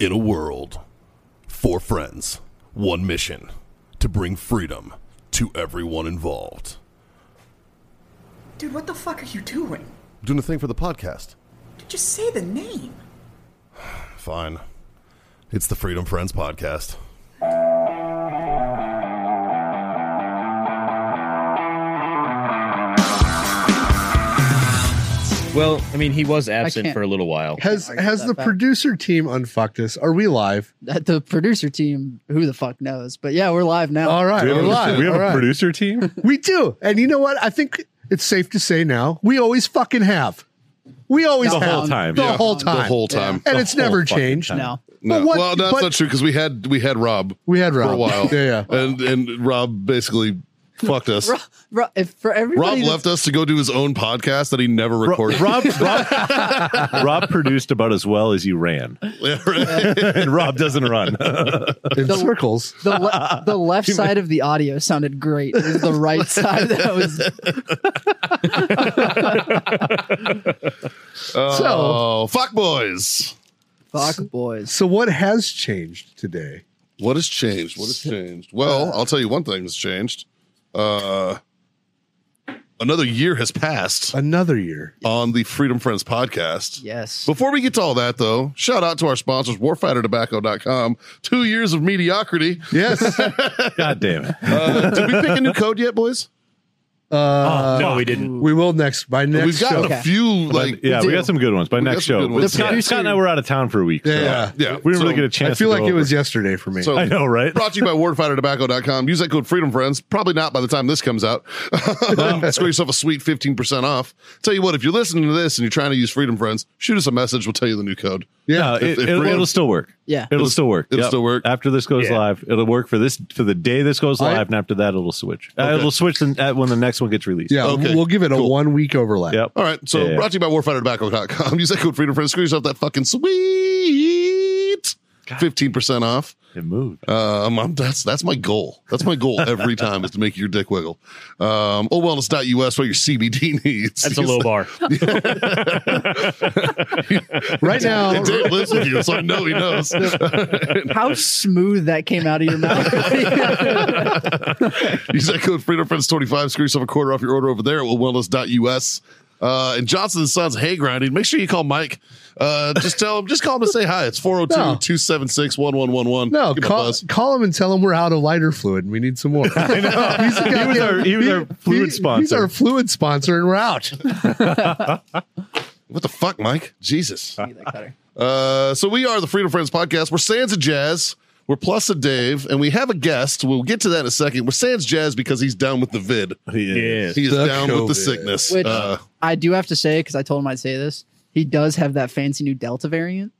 In a world, four friends, one mission to bring freedom to everyone involved. Dude, what the fuck are you doing? Doing a thing for the podcast. Dude, just say the name. Fine. It's the Freedom Friends podcast. Well, I mean, he was can't- absent for a little while. Has I got has that the back. producer team unfucked us? Are we live? that the producer team, who the fuck knows? But yeah, we're live now. All right, Do we we're have, live. a, we have All a right. producer team. We do, and you know what? I think it's safe to say now we always fucking have. We always The have. whole time. The Yeah. whole The time. whole time. And The it's whole never fucking changed. time. No. No. But what- well, that's but- not true because we had we had Rob We had Rob for a while. Yeah, yeah. and and Rob basically fucked us. Ro- Ro- if for Rob everybody that's- left us to go do his own podcast that he never recorded. Rob Rob, Rob produced about as well as you ran, Yeah, right. and Rob doesn't run. In circles. the, le- the left side of the audio sounded great. It was the right side that was oh, fuck boys. fuck boys. So what has changed today? What has changed? What has changed? Well, oh, I'll tell you one thing that's changed. Uh, another year has passed Another year. on the Freedom Friends podcast. Yes. Before we get to all that, though, shout out to our sponsors, warfightertobacco.com. Two years of mediocrity. Yes. God damn it! Uh, did we pick a new code yet, boys? no, we didn't. we will next by next We've gotten show. Okay. a few like yeah, we got some good ones by We got next some show. good ones. But Scott, Scott and I were out of town for a week. so Yeah. Yeah. we didn't really So, get a chance. I feel to like go it was over. yesterday for me. So I know, right? brought to you by warfightertobacco.com. Use that code Freedom Friends. Probably not by the time this comes out. Score yourself a sweet 15% off. Tell you what, if you're listening to this and you're trying to use Freedom Friends, shoot us a message. We'll tell you the new code. No, yeah. it, if will we're- still work. Yeah. it'll, still work. it'll still work. after this goes live. It'll work for this for the day this goes I- live, and after that it'll switch. Uh, it'll switch and, at when the next one gets released. Yeah. Okay. We'll give it a one week overlap. Yep. All right. So Yeah, yeah. brought to you by warfightertobacco.com. Use that code Freedom Friends. Score yourself that fucking sweet 15% off. It moved. Um, I'm, that's that's my goal. That's my goal every time is to make your dick wiggle. Um, oh wellness.us for your CBD needs. That's a low bar. Right now, Dave lives with you, so I know he knows. How smooth that came out of your mouth. Use that code Freedom Friends 25. Screw yourself a quarter off your order over there at wellness.us. Uh, and Johnson and Sons hay grinding. Make sure you call Mike. Uh, just tell him, just call him to say hi. It's 402 276 1111. No, call, call him and tell him we're out of lighter fluid and we need some more. I know. He's the He was our- he was our fluid He's sponsor. our fluid sponsor and we're out. What the fuck, Mike? Jesus. That's Uh, so we are the Freedom Friends podcast. We're Sans of Jazz. We're Plus a Dave, and we have a guest. We'll get to that in a second. We're Sans Jazz because he's down with the vid. Yes. He is The down with the COVID. sickness. Which- uh, I do have to say, because I told him I'd say this, he does have that fancy new Delta variant.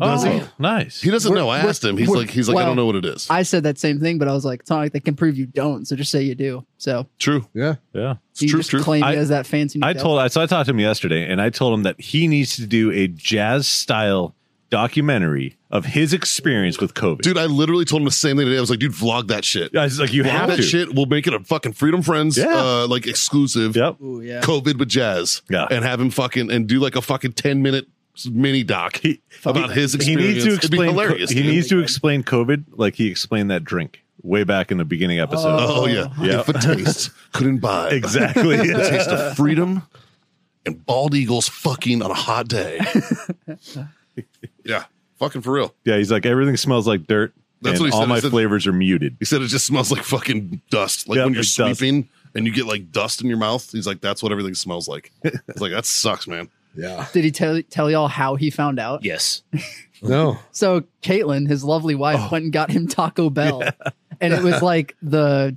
Oh, nice. he doesn't we're- know. I asked him. He's we're- like, he's like, I well, don't know what it is. I said that same thing, but I was like, it's not like they can prove you don't, so just say you do. So true. Yeah. Yeah. you true, just true. claim I- it as that fancy new I Delta. told I so I talked to him yesterday and I told him that he needs to do a jazz style documentary of his experience with COVID. Dude, I literally told him the same thing today. I was like, dude, vlog that shit. I was like you Vlog have that to. shit. We'll make it a fucking Freedom Friends, Yeah. uh, like exclusive Yep. Ooh, yeah. COVID with jazz. Yeah. And have him fucking and do like a fucking 10 minute mini doc about his He experience. needs to It'd be explain co- hilarious. he dude. needs to explain COVID like he explained that drink way back in the beginning episode. Oh yeah. Yeah. If a taste couldn't buy Exactly. the taste of freedom and bald eagles fucking on a hot day. yeah. Fucking for real. yeah, he's like everything smells like dirt. That's and what he all said. He my said- flavors are muted. He said it just smells like fucking dust. Like Yeah, when you're like dust. sweeping and you get like dust in your mouth. He's like, that's what everything smells like. It's like, that sucks, man. Yeah. Did he tell tell y'all how he found out? Yes. No. So Caitlin, his lovely wife, went and got him Taco Bell, and it was like the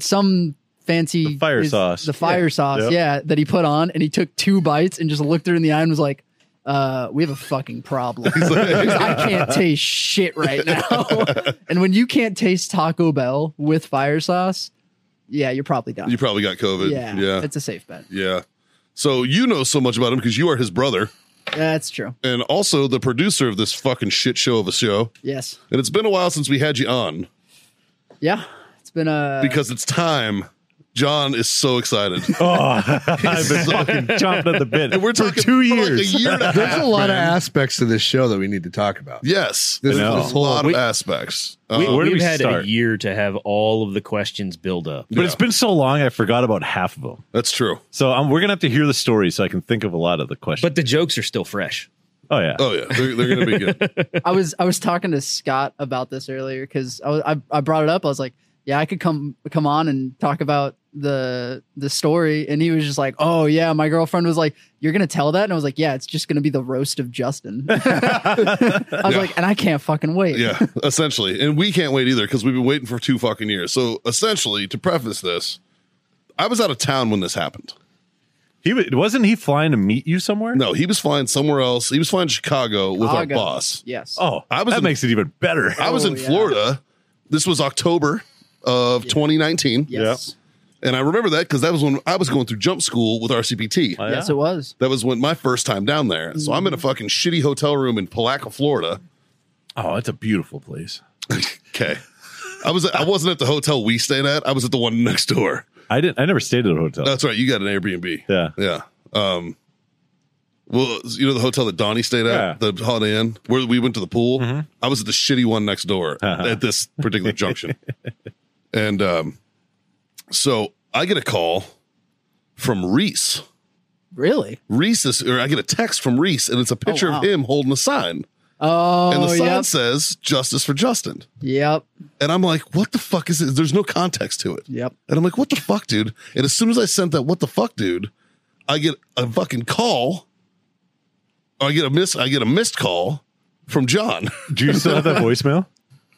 some fancy The fire is- sauce. the fire sauce, Yep. yeah, that he put on, and he took two bites and just looked her in the eye and was like, "Uh, we have a fucking problem. I can't taste shit right now, and when you can't taste Taco Bell with fire sauce, yeah, you're probably done. You probably got COVID. yeah, Yeah. it's a safe bet. Yeah. So you know so much about him because you are his brother That's true. and also the producer of this fucking shit show of a show. Yes, And it's been a while since we had you on yeah, it's been a because it's time John is so excited. Oh, I've been fucking chomping at the bit. And we're for talking two for like years. a year and a There's half, a lot of man. aspects to this show that we need to talk about. Yes, This there's I know. a lot We- of aspects. We, Um, Uh, where do have we had start? a year to have all of the questions build up. But it's Yeah. been so long, I forgot about half of them. that's true. So um, we're gonna have to hear the story so I can think of a lot of the questions. But the jokes are still fresh. oh yeah, Oh yeah, they're, they're gonna be good. I was I was talking to Scott about this earlier because I, was- I I brought it up. I was like, yeah, I could come come on and talk about the the story, and he was just like, oh yeah, my girlfriend was like, you're gonna tell that, and I was like, yeah, it's just gonna be the roast of Justin. I was Yeah. like, and I can't fucking wait. Yeah, essentially, and we can't wait either because we've been waiting for two fucking years. So essentially, to preface this, I was out of town when this happened. he wa- wasn't he flying to meet you somewhere? No, he was flying somewhere else. He was flying to Chicago with our Chicago. boss. Yes. Oh, I was that in- makes it even better. I was in Oh, yeah. Florida. This was October of 2019, Yes. and I remember that because that was when I was going through jump school with RCPT. Oh, yeah. Yes, it was. That was when my first time down there. So I'm in a fucking shitty hotel room in Palaca, Florida. Oh, it's a beautiful place. Okay. I was I wasn't at the hotel we stayed at. I was at the one next door. I didn't. I never stayed at a hotel. That's right. You got an Airbnb. Yeah. Yeah. Um well, you know the hotel that Donnie stayed at, Yeah. Mm-hmm. the Holiday Inn, where we went to the pool. I was at the shitty one next door Uh-huh. at this particular junction, and um, so I get a call from Reese. Really? Reese is, or I get a text from Reese, and it's a picture wow. of him holding a sign, Oh, and the sign yep. says "Justice for Justin." Yep. And I'm like, what the fuck is this? There's no context to it. Yep. And I'm like, what the fuck, dude? And as soon as I sent that, what the fuck, dude, I get a fucking call. I get a miss. I get a missed call from John. Do you still have that voicemail?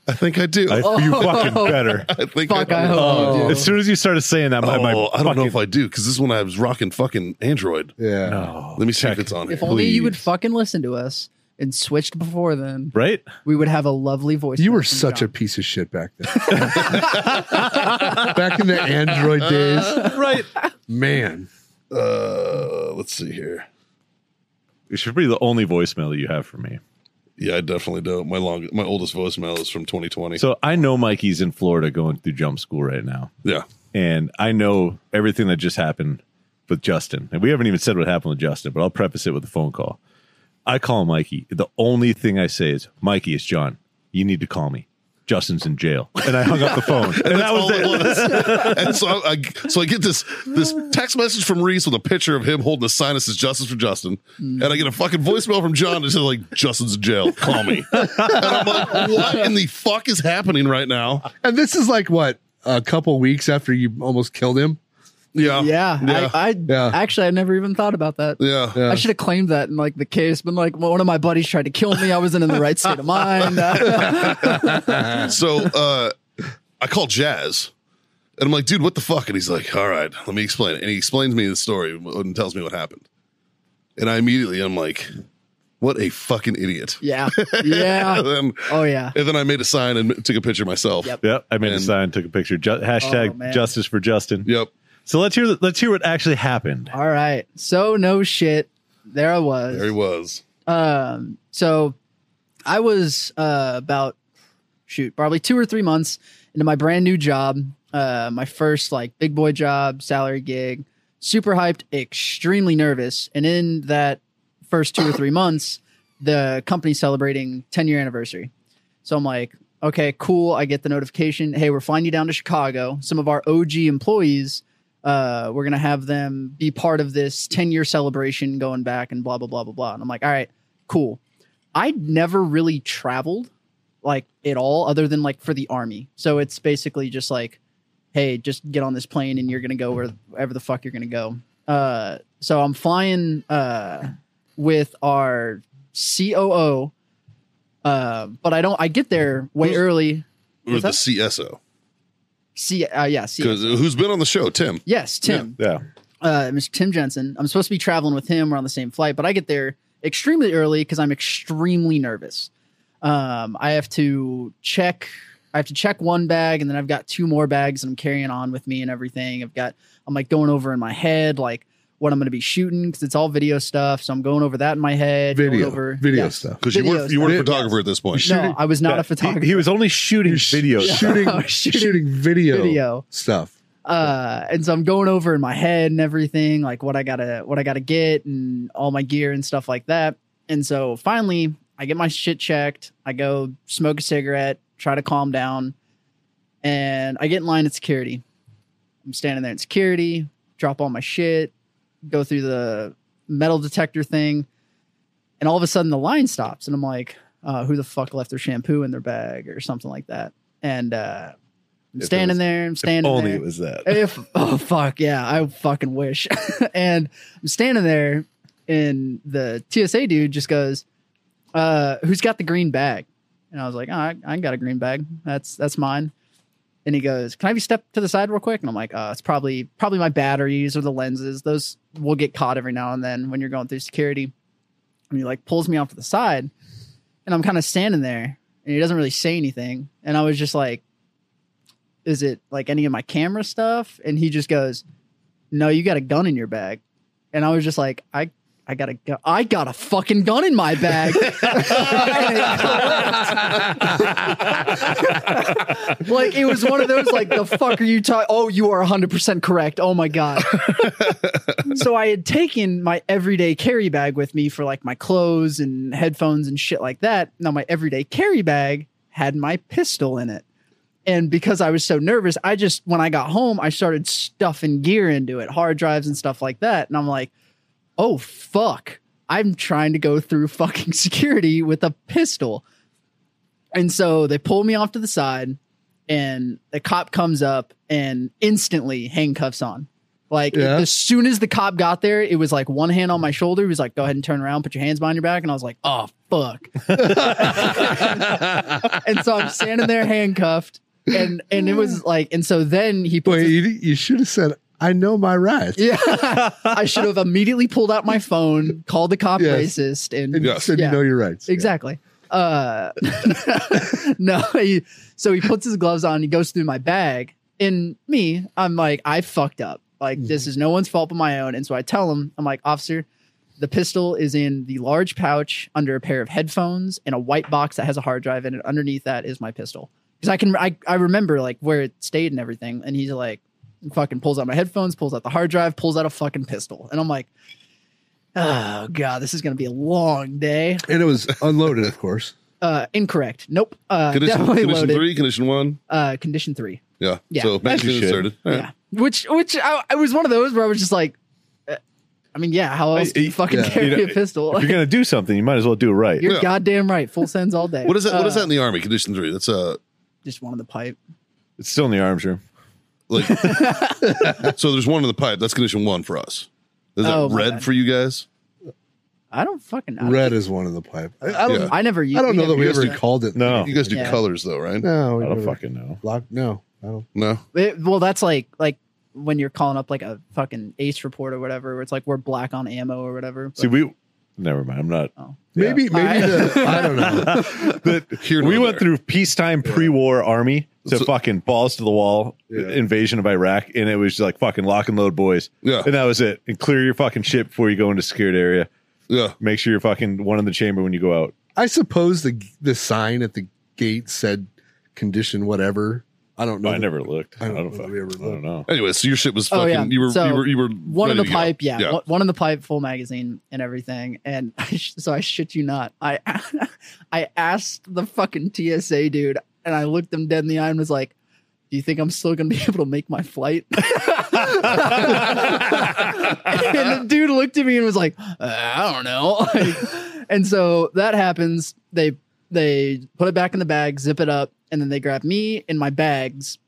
I think I do. I, I, You fucking better. think Fuck, I, I hope you do. As soon as you started saying that, my, Oh, my I don't know if fucking- I do because this is when I was rocking fucking Android. Yeah. Oh, Let me see check. if it's on. If here. only you would Please. fucking listen to us and switched before then, right. we would have a lovely voice. You were such a piece of shit back then. back in the Android days. right. Man. Uh, let's see here. It should be the only voicemail that you have for me. Yeah, I definitely don't. My long, my oldest voicemail is from 2020. So I know Mikey's in Florida going through jump school right now, yeah, and I know everything that just happened with Justin. And we haven't even said what happened with Justin, but I'll preface it with a phone call. I call Mikey. The only thing I say is, "Mikey, it's John. You need to call me. Justin's in jail." And I hung up the phone. and that was all it. it was. and so I, I- so I get this this text message from Reese with a picture of him holding a sign that says "Justice for Justin," and I get a fucking voicemail from John that says like "Justin's in jail, call me." and I'm like, "What in the fuck is happening right now?" And this is like what? A couple weeks after you almost killed him? Yeah, Yeah, yeah, I, I Yeah. actually I never even thought about that. yeah. Yeah. I should have claimed that in like the case, but like well, one of my buddies tried to kill me. I wasn't in the right state of mind. So uh, I call Jazz. And I'm like, dude, what the fuck? And he's like, all right, let me explain it. And he explains me the story and tells me what happened. And I immediately, I'm like, what a fucking idiot. yeah, yeah. And then Oh yeah. And then I made a sign and took a picture myself. Yep. Yep, I made a And- sign, took a picture. Ju- Oh, hashtag man. justice for Justin. Yep. So let's hear let's hear what actually happened. All right. So no shit. There I was. There he was. um so i was uh about shoot probably two or three months into my brand new job uh my first like big boy job salary gig super hyped extremely nervous and in that first two or three months the company's celebrating 10 year anniversary so i'm like okay cool i get the notification hey we're flying you down to chicago some of our og employees uh, we're gonna have them be part of this 10 year celebration going back and blah blah blah blah blah. And I'm like, all right, cool. I'd never really traveled like at all, other than like for the army. So it's basically just like, hey, just get on this plane and you're gonna go where- wherever the fuck you're gonna go. Uh, so I'm flying uh, with our COO, uh, but I don't. I get there way early. Or What's the that? CSO. See, uh, yeah, see, Because who's been on the show? Tim. yes, Tim. Yeah. uh, Mr. Tim Jensen. I'm supposed to be traveling with him. We're on the same flight, but I get there extremely early because I'm extremely nervous. Um, I have to check. I have to check one bag, and then I've got two more bags that I'm carrying on with me and everything. I've got. I'm like going over in my head like what I'm going to be shooting because it's all video stuff. So I'm going over that in my head. going Video. over video yeah. stuff. Because you weren't Videos. you weren't a Yes. photographer at this point. No, I was not Yeah, a photographer. He, he was only shooting video. Shooting, Yeah. shooting video, Video. stuff. Uh, and so I'm going over in my head and everything, like what I gotta what I gotta get and all my gear and stuff like that. And so finally, I get my shit checked. I go smoke a cigarette, try to calm down, and I get in line at security. I'm standing there in security, drop all my shit, go through the metal detector thing, and all of a sudden the line stops, and I'm like, uh, "Who the fuck left their shampoo in their bag or something like that?" And uh, I'm it standing was- there. I'm standing Only there it was that. if oh fuck yeah i fucking wish and i'm standing there and the tsa dude just goes uh who's got the green bag and i was like oh, I, I got a green bag that's that's mine and he goes can i have you step to the side real quick and i'm like uh it's probably probably my batteries or the lenses those will get caught every now and then when you're going through security and he like pulls me off to the side and i'm kind of standing there and he doesn't really say anything and i was just like is it like any of my camera stuff? And he just goes, No, you got a gun in your bag. And I was just like, I I got a gu- I got a fucking gun in my bag. like it was one of those like the fuck are you talking? Oh, you are hundred percent correct. Oh my god. so I had taken my everyday carry bag with me for like my clothes and headphones and shit like that. Now my everyday carry bag had my pistol in it. And because I was so nervous, I just when I got home, I started stuffing gear into it, hard drives and stuff like that. And I'm like, oh fuck. I'm trying to go through fucking security with a pistol. And so they pull me off to the side and the cop comes up and instantly handcuffs on. Like Yeah. as soon as the cop got there, it was like one hand on my shoulder. He was like, go ahead and turn around, put your hands behind your back. And I was like, oh fuck. and so I'm standing there handcuffed. And and it was like, and so then he puts Wait, his- you, you should have said, I know my rights. yeah. I should have immediately pulled out my phone, called the cop Yes. racist, and, And you Yes. said, Yeah. you know your rights. exactly. Uh, no, he, so he puts his gloves on, he goes through my bag, and me, I'm like, I fucked up. Like, this is no one's fault but my own. And so I tell him, I'm like, officer, the pistol is in the large pouch under a pair of headphones and a white box that has a hard drive in it. Underneath that is my pistol. Because I can, I, I remember like where it stayed and everything. And he's like, fucking pulls out my headphones, pulls out the hard drive, pulls out a fucking pistol. And I'm like, oh God, this is going to be a long day. And it was unloaded, of course. Uh, incorrect. Nope. Uh, Condition, definitely condition loaded. three, condition one. Uh, condition three. Yeah. Yeah. So As you magazine should. inserted. All right. Yeah. Which, which I, I was one of those where I was just like, uh, I mean, yeah, how else do you I- fucking yeah. carry You know, a pistol? If you're gonna do something, you might as well do it right. You're Yeah. goddamn right. Full sends all day. What is that? what is Uh, that in the army? Condition three. That's uh Just one of the pipe. It's still in the arms room. like. so there's one in the pipe. That's condition one for us. Is that Oh, my red bad. for you guys? I don't fucking know. Red is one in the pipe. I, I don't, Yeah. I never. I don't know that we never ever used called it. No, You guys do Yeah. colors though, right? No. We I don't never- fucking know. Lock, no. I don't. No. it. Well, that's like like when you're calling up like a fucking ace report or whatever. Where it's like we're black on ammo or whatever. See, but- we never mind. I'm not. Yeah. Maybe, I- maybe the, I don't know. Here we nor went there. through peacetime pre-war army to So- fucking balls to the wall Yeah. invasion of Iraq, and it was just like fucking lock and load, boys. Yeah. and that was it. And clear your fucking shit before you go into secured area. Yeah. Make sure you're fucking one in the chamber when you go out. I suppose the the sign at the gate said condition whatever. I don't know. I never looked. I I don't, don't know fuck- that we ever I don't looked. know. Anyway, so your shit was Oh, fucking. yeah. You were. So, you were. You were. one in ready the to go. pipe, yeah, Yeah. One, one in the pipe, full magazine and everything. And I, sh- so I shit you not, I I asked the fucking TSA dude, and I looked him dead in the eye and was like, "Do you think I'm still gonna be able to make my flight?" and the dude looked at me and was like, "Uh, "I don't know." Like, and so that happens. They they put it back in the bag, zip it up, and then they grab me and my bags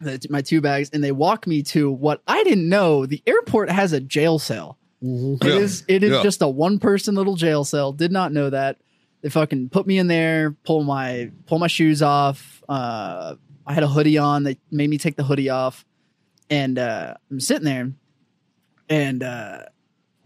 the, my two bags and they walk me to what I didn't know. The airport has a jail cell. Yeah. It is it is Yeah. just a one person little jail cell. Did not know that. They fucking put me in there, pull my pull my shoes off. Uh, I had a hoodie on. They made me take the hoodie off, and uh, I'm sitting there, and uh,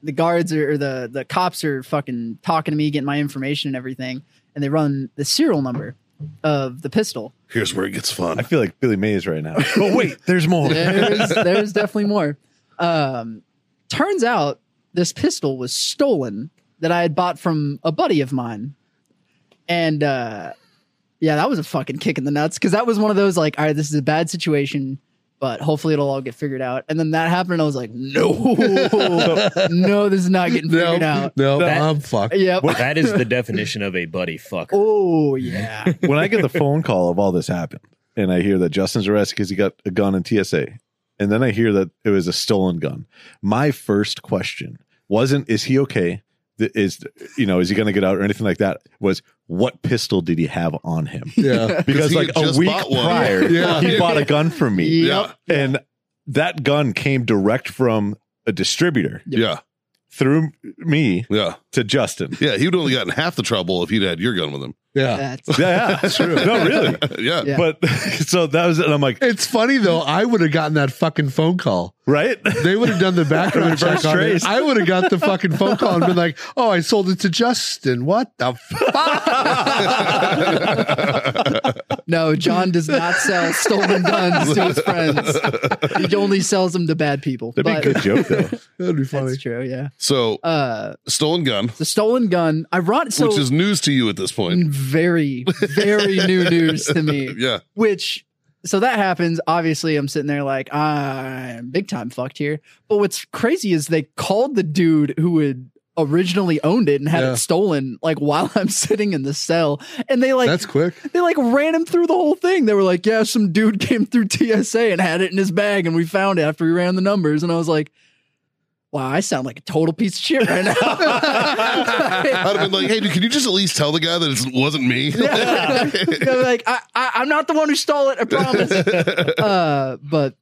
the guards are, or the the cops are fucking talking to me, getting my information and everything, and they run the serial number of the pistol. Here's where it gets fun. I feel like Billy Mays right now. oh wait, there's more. there's there's definitely more. Um, turns out this pistol was stolen that I had bought from a buddy of mine, and uh, yeah, that was a fucking kick in the nuts because that was one of those like, all right, this is a bad situation. but hopefully it'll all get figured out. And then that happened, and I was like, no, no, this is not getting figured No, out. no, That- I'm fucked. Yep. that is the definition of a buddy fuck. Oh yeah. when I get the phone call of all this happened, and I hear that Justin's arrested because he got a gun in TSA, and then I hear that it was a stolen gun. My first question wasn't, "Is he okay? Th- Is you know, is he going to get out or anything like that?" Was what pistol did he have on him? Yeah. Because he like had a just week bought one. prior, Yeah. he bought a gun from me, Yeah. and that gun came direct from a distributor Yeah. through me Yeah. to Justin. Yeah. He'd only gotten half the trouble if he'd had your gun with him. Yeah. That's, Yeah, that's true. No, really. yeah. Yeah. But so that was, and I'm like, It's funny though. I would have gotten that fucking phone call. right? They would have done the background check Reverse on it. trace. I would have got the fucking phone call and been like, "Oh, I sold it to Justin. What the fuck?" no, John does not sell stolen guns to his friends. He only sells them to bad people. That'd But be a good joke though. That'd be funny. that's true. Yeah. So Uh, stolen gun, the stolen gun. I run so which is news to you at this point. very very new news to me. Yeah. which so that happens obviously i'm sitting there like i'm big time fucked here but what's crazy is they called the dude who had originally owned it and had Yeah. it stolen like while i'm sitting in the cell and they like That's quick. they like ran him through the whole thing they were like yeah some dude came through tsa and had it in his bag and we found it after we ran the numbers and i was like wow i sound like a total piece of shit right now I'd have been like, hey, dude, can you just at least tell the guy that it wasn't me? Yeah. They're like, I, I, I'm not the one who stole it. I promise. uh, but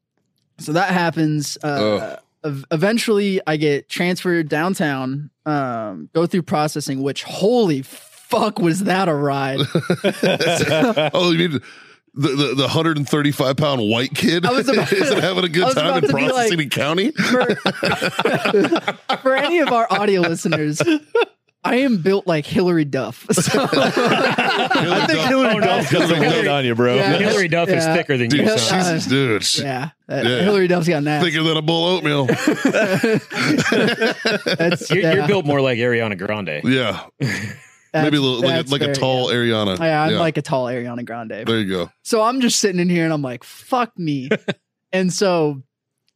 so that happens. Uh, ev- eventually, I get transferred downtown. Um, go through processing, which holy fuck was that a ride? oh, you mean the, the, the 135 pound white kid I was about- isn't having a I good was time about in to be like- Processing County? For, for any of our audio listeners. I am built like Hillary Duff. So, I think Hillary Duff got some weight on you, bro. Yeah. Hillary Duff is Yeah. thicker than Dude, you, Yeah. she's, son. dude, she's yeah, uh, Yeah. Hillary Duff's got that. thicker than a bowl of oatmeal. That's, You're, yeah, you're built more like Ariana Grande. Yeah, that's- maybe a little, like, that's a- like a very- tall Ariana. Yeah, I'm like a tall Ariana Grande. there you go. So I'm just sitting in here and I'm like, fuck me. and so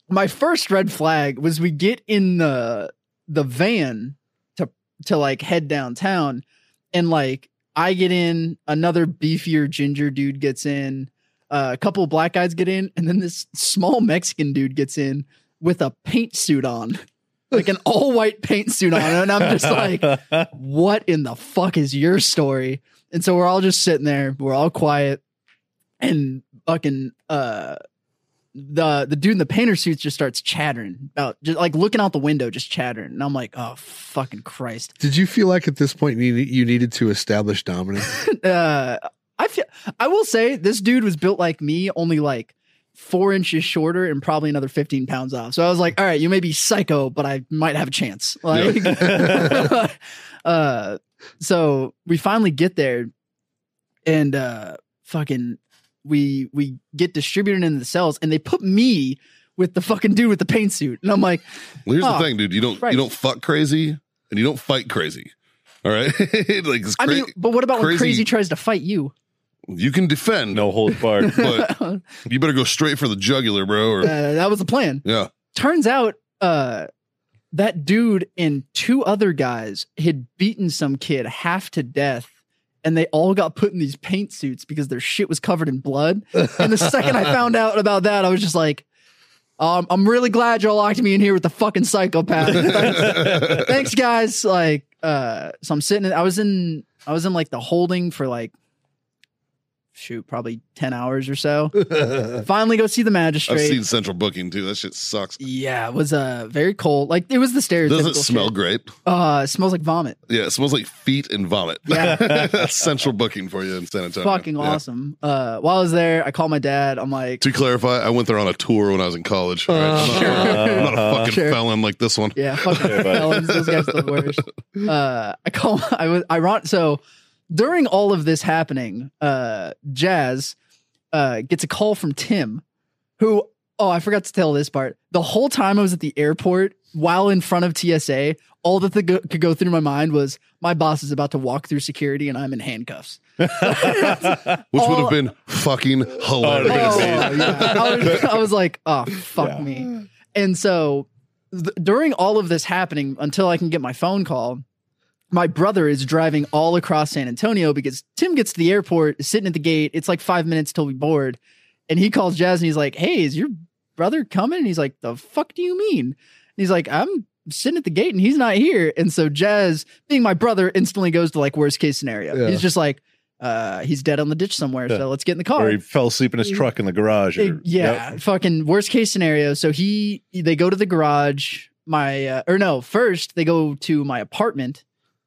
my first red flag was we get in the the van to to like head downtown and like I get in, another beefier ginger dude gets in, uh, a couple of black guys get in, and then this small Mexican dude gets in with a paint suit on. Like an all white paint suit on, and I'm just like, what in the fuck is your story? And so we're all just sitting there, we're all quiet, and fucking uh the the dude in the painter suit just starts chattering about just like looking out the window, just chattering. And I'm like, oh fucking Christ. Did you feel like at this point you, need- you needed to establish dominance? Uh I feel I will say this dude was built like me, only like four inches shorter and probably another 15 pounds off. So I was like, all right, you may be psycho, but I might have a chance. Like uh so we finally get there and uh fucking we we get distributed into the cells and they put me with the fucking dude with the paint suit. And I'm like, Well, here's Oh, the thing, dude. You don't right. you don't fuck crazy and you don't fight crazy. All right, like it's I cra- mean, but what about when crazy- crazy tries to fight you? you can defend, no holds barred. but you better go straight for the jugular, bro. Or Uh, that was the plan. yeah, Turns out, uh, that dude and two other guys had beaten some kid half to death, and they all got put in these paint suits because their shit was covered in blood. And the second I found out about that, I was just like, um, I'm really glad y'all locked me in here with the fucking psychopath. Thanks- Thanks, guys. Like, uh, so I'm sitting. in- I was in. I was in like the holding for like, shoot, probably ten hours or so. Finally, go see the magistrate. I've seen Central Booking too. That shit sucks. Yeah, it was uh very cold. Like it was the stereotypical. Doesn't smell shit. great. Uh, it smells like vomit. Yeah, it smells like feet and vomit. Yeah. That's Central Booking for you in San Antonio. Fucking Yeah. awesome. Uh, while I was there, I called my dad. I'm like, To clarify, I went there on a tour when I was in college. all right? I'm, not, I'm not a fucking Uh, Sure. felon like this one. yeah, fuck the felons. Those guys are the worst. Uh, I call. I was ironic. So during all of this happening, uh, Jazz uh gets a call from Tim, who. Oh, I forgot to tell this part. The whole time I was at the airport, while in front of TSA, all that the go- could go through my mind was my boss is about to walk through security and I'm in handcuffs. which would have been fucking hilarious. Oh, yeah. I, was, I was like, oh, fuck me. And so th- during all of this happening, until I can get my phone call, my brother is driving all across San Antonio because Tim gets to the airport, is sitting at the gate. It's like five minutes till we board. And he calls Jazz and he's like, hey, is your brother coming? And he's like, the fuck do you mean? And he's like, I'm sitting at the gate and he's not here. And so Jazz, being my brother, instantly goes to like worst case scenario. Yeah. He's just like, uh, he's dead on the ditch somewhere. So let's get in the car. Or he fell asleep in his truck in the garage. It- Or, yeah, fucking worst case scenario. So he they go to the garage. My uh, or no, first they go to my apartment,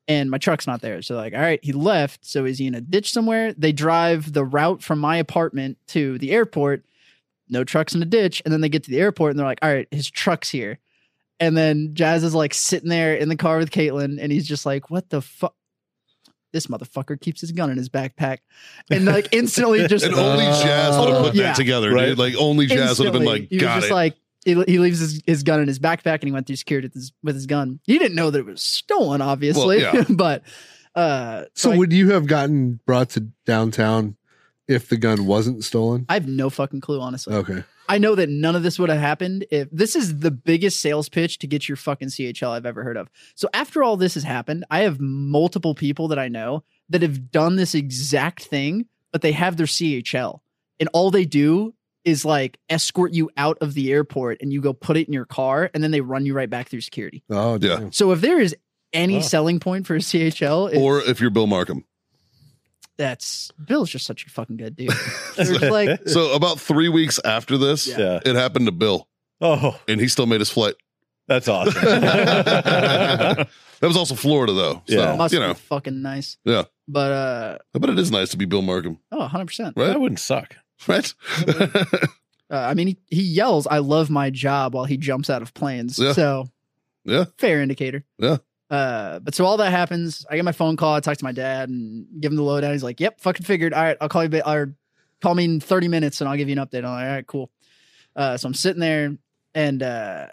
and my truck's not there. So like, all right, he left. So is he in a ditch somewhere? They drive the route from my apartment to the airport. No trucks in a ditch, and then they get to the airport, and they're like, all right, his truck's here. And then Jazz is like sitting there in the car with Caitlin, and he's just like, "What the fuck." This motherfucker keeps his gun in his backpack, and like instantly just oh, And only Jazz would have put yeah. that together, Right. dude. Like only Jazz would have been Instantly, like, he was "Got just it." like he, he leaves his, his gun in his backpack and he went through security with his, with his gun. He didn't know that it was stolen, obviously, yeah. but uh, So so I, would you have gotten brought to downtown if the gun wasn't stolen? I have no fucking clue, honestly. Okay. I know that none of this would have happened if this is the biggest sales pitch to get your fucking CHL I've ever heard of. So after all this has happened, I have multiple people that I know that have done this exact thing, but they have their CHL. And all they do is like escort you out of the airport and you go put it in your car and then they run you right back through security. Oh, Yeah. damn. So if there is any selling point for a CHL, it's- Or if you're Bill Markham. that's Bill's just such a fucking good dude. They're just like, So about three weeks after this, Yeah. Yeah. it happened to Bill, Oh, and he still made his flight. that's awesome. that was also Florida, though. Yeah. So must you be know, fucking nice. Yeah. But uh but it is nice to be Bill Markham, oh 100%. right? that wouldn't suck. Right? Uh, I mean, he, he yells, "I love my job" while he jumps out of planes. Yeah. So, Yeah. fair indicator. Yeah. Uh, but so all that happens. I get my phone call. I talk to my dad and give him the lowdown. He's like, "Yep, fucking figured. All right, I'll call you. ba- Or call me in thirty minutes and I'll give you an update." I'm like, "All right, cool." Uh, so I'm sitting there, and uh,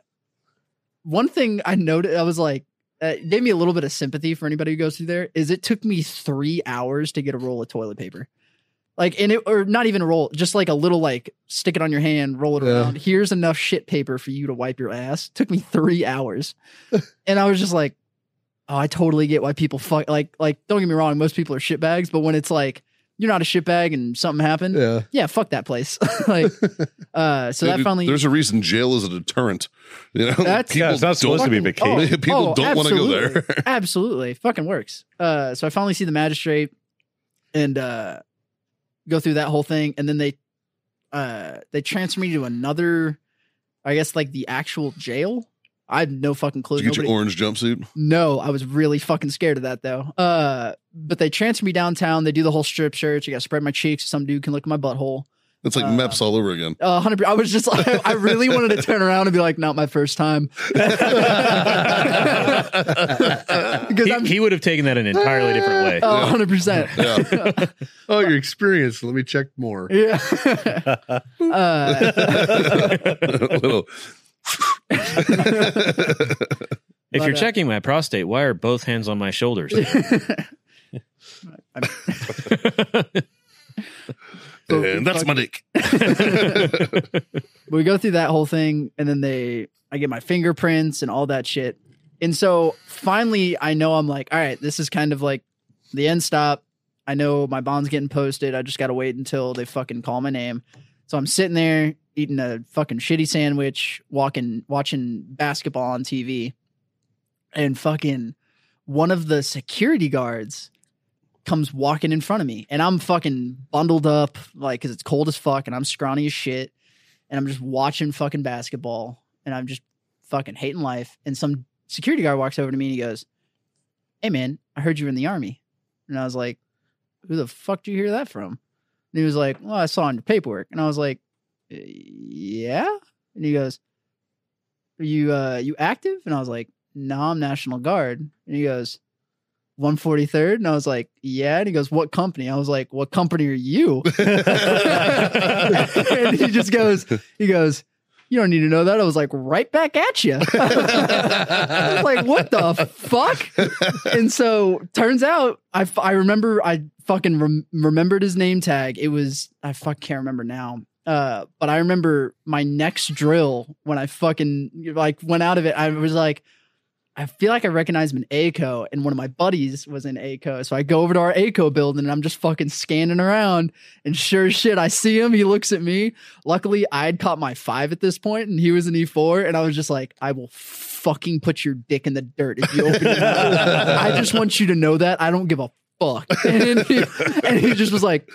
one thing I noted, I was like, uh, it gave me a little bit of sympathy for anybody who goes through there. Is it took me three hours to get a roll of toilet paper like and it or not even a roll just like a little like stick it on your hand roll it Yeah. around here's enough shit paper for you to wipe your ass took me three hours and i was just like oh i totally get why people fuck like like don't get me wrong most people are shit bags but when it's like you're not a shit bag and something happened yeah, Yeah. fuck that place like uh so that Dude, finally there's a reason jail is a deterrent. You know, That's- Yeah, it's not supposed to be the Oh, case. People don't wanna go there. absolutely. absolutely. Fucking works. Uh, so I finally see the magistrate and uh, go through that whole thing. And then they uh, they transfer me to another, I guess, like the actual jail. I have no fucking clue. Did you get your Nobody- orange jumpsuit? no, I was really fucking scared of that though. Uh, but they transfer me downtown. They do the whole strip search. I got to spread my cheeks so some dude can look at my butthole. It's like Uh, MEPS all over again. Uh, 100 I was just like, I really wanted to turn around and be like, not my first time. because He, I'm he would have taken that an entirely different way. Oh, 100%. Yeah. Oh, your experience. Let me check more. Yeah. uh, Little- if you're but, uh, checking my prostate, why are both hands on my shoulders? and that's my dick. we go through that whole thing, and then they, I get my fingerprints and all that shit. And so finally, I know I'm like, all right, this is kind of like the end stop. I know my bond's getting posted. I just got to wait until they fucking call my name. So I'm sitting there eating a fucking shitty sandwich, walking, watching basketball on TV, and fucking one of the security guards comes walking in front of me, and I'm fucking bundled up, like, cause it's cold as fuck, and I'm scrawny as shit, and I'm just watching fucking basketball, and I'm just fucking hating life. And some security guard walks over to me and he goes, "Hey man, I heard you were in the army," and I was like, "Who the fuck do you hear that from?" And he was like, "Well, I saw on your paperwork," and I was like, "Uh, "Yeah," and he goes, "Are you uh you active?" And I was like, "No, I'm National Guard," and he goes. 143rd and I was like, yeah. And he goes, What company? I was like, What company are you? and he just goes, he goes, you don't need to know that. I was like, right back at you. I was like, what the fuck? And so turns out I, f- I remember I fucking rem- remembered his name tag. It was I fuck can't remember now. Uh, but I remember my next drill when I fucking like went out of it. I was like, I feel like I recognize him in ACO, and one of my buddies was in ACO. So I go over to our ACO building and I'm just fucking scanning around. And sure as shit, I see him. He looks at me. Luckily, I had caught my five at this point, and he was an E4. And I was just like, I will fucking put your dick in the dirt if you open your mouth. I just want you to know that. I don't give a fuck. And he, and he just was like,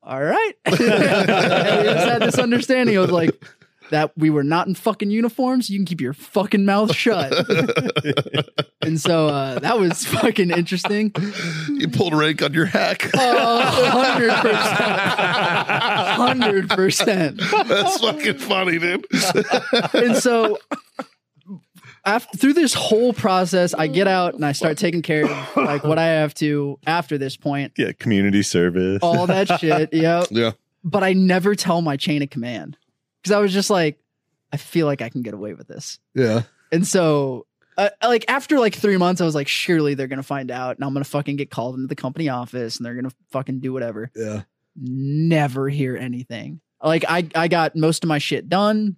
all right. and we just had this understanding. I was like, that we were not in fucking uniforms. You can keep your fucking mouth shut. and so uh, that was fucking interesting. You pulled rank on your hack. Hundred percent. Hundred percent. That's fucking funny, dude. And so after through this whole process, I get out and I start taking care of like what I have to after this point. Yeah, community service. All that shit. Yep. Yeah. But I never tell my chain of command. Because I was just like, I feel like I can get away with this. Yeah. And so, uh, like after like three months, I was like, surely they're gonna find out, and I'm gonna fucking get called into the company office, and they're gonna fucking do whatever. Yeah. Never hear anything. Like I, I got most of my shit done,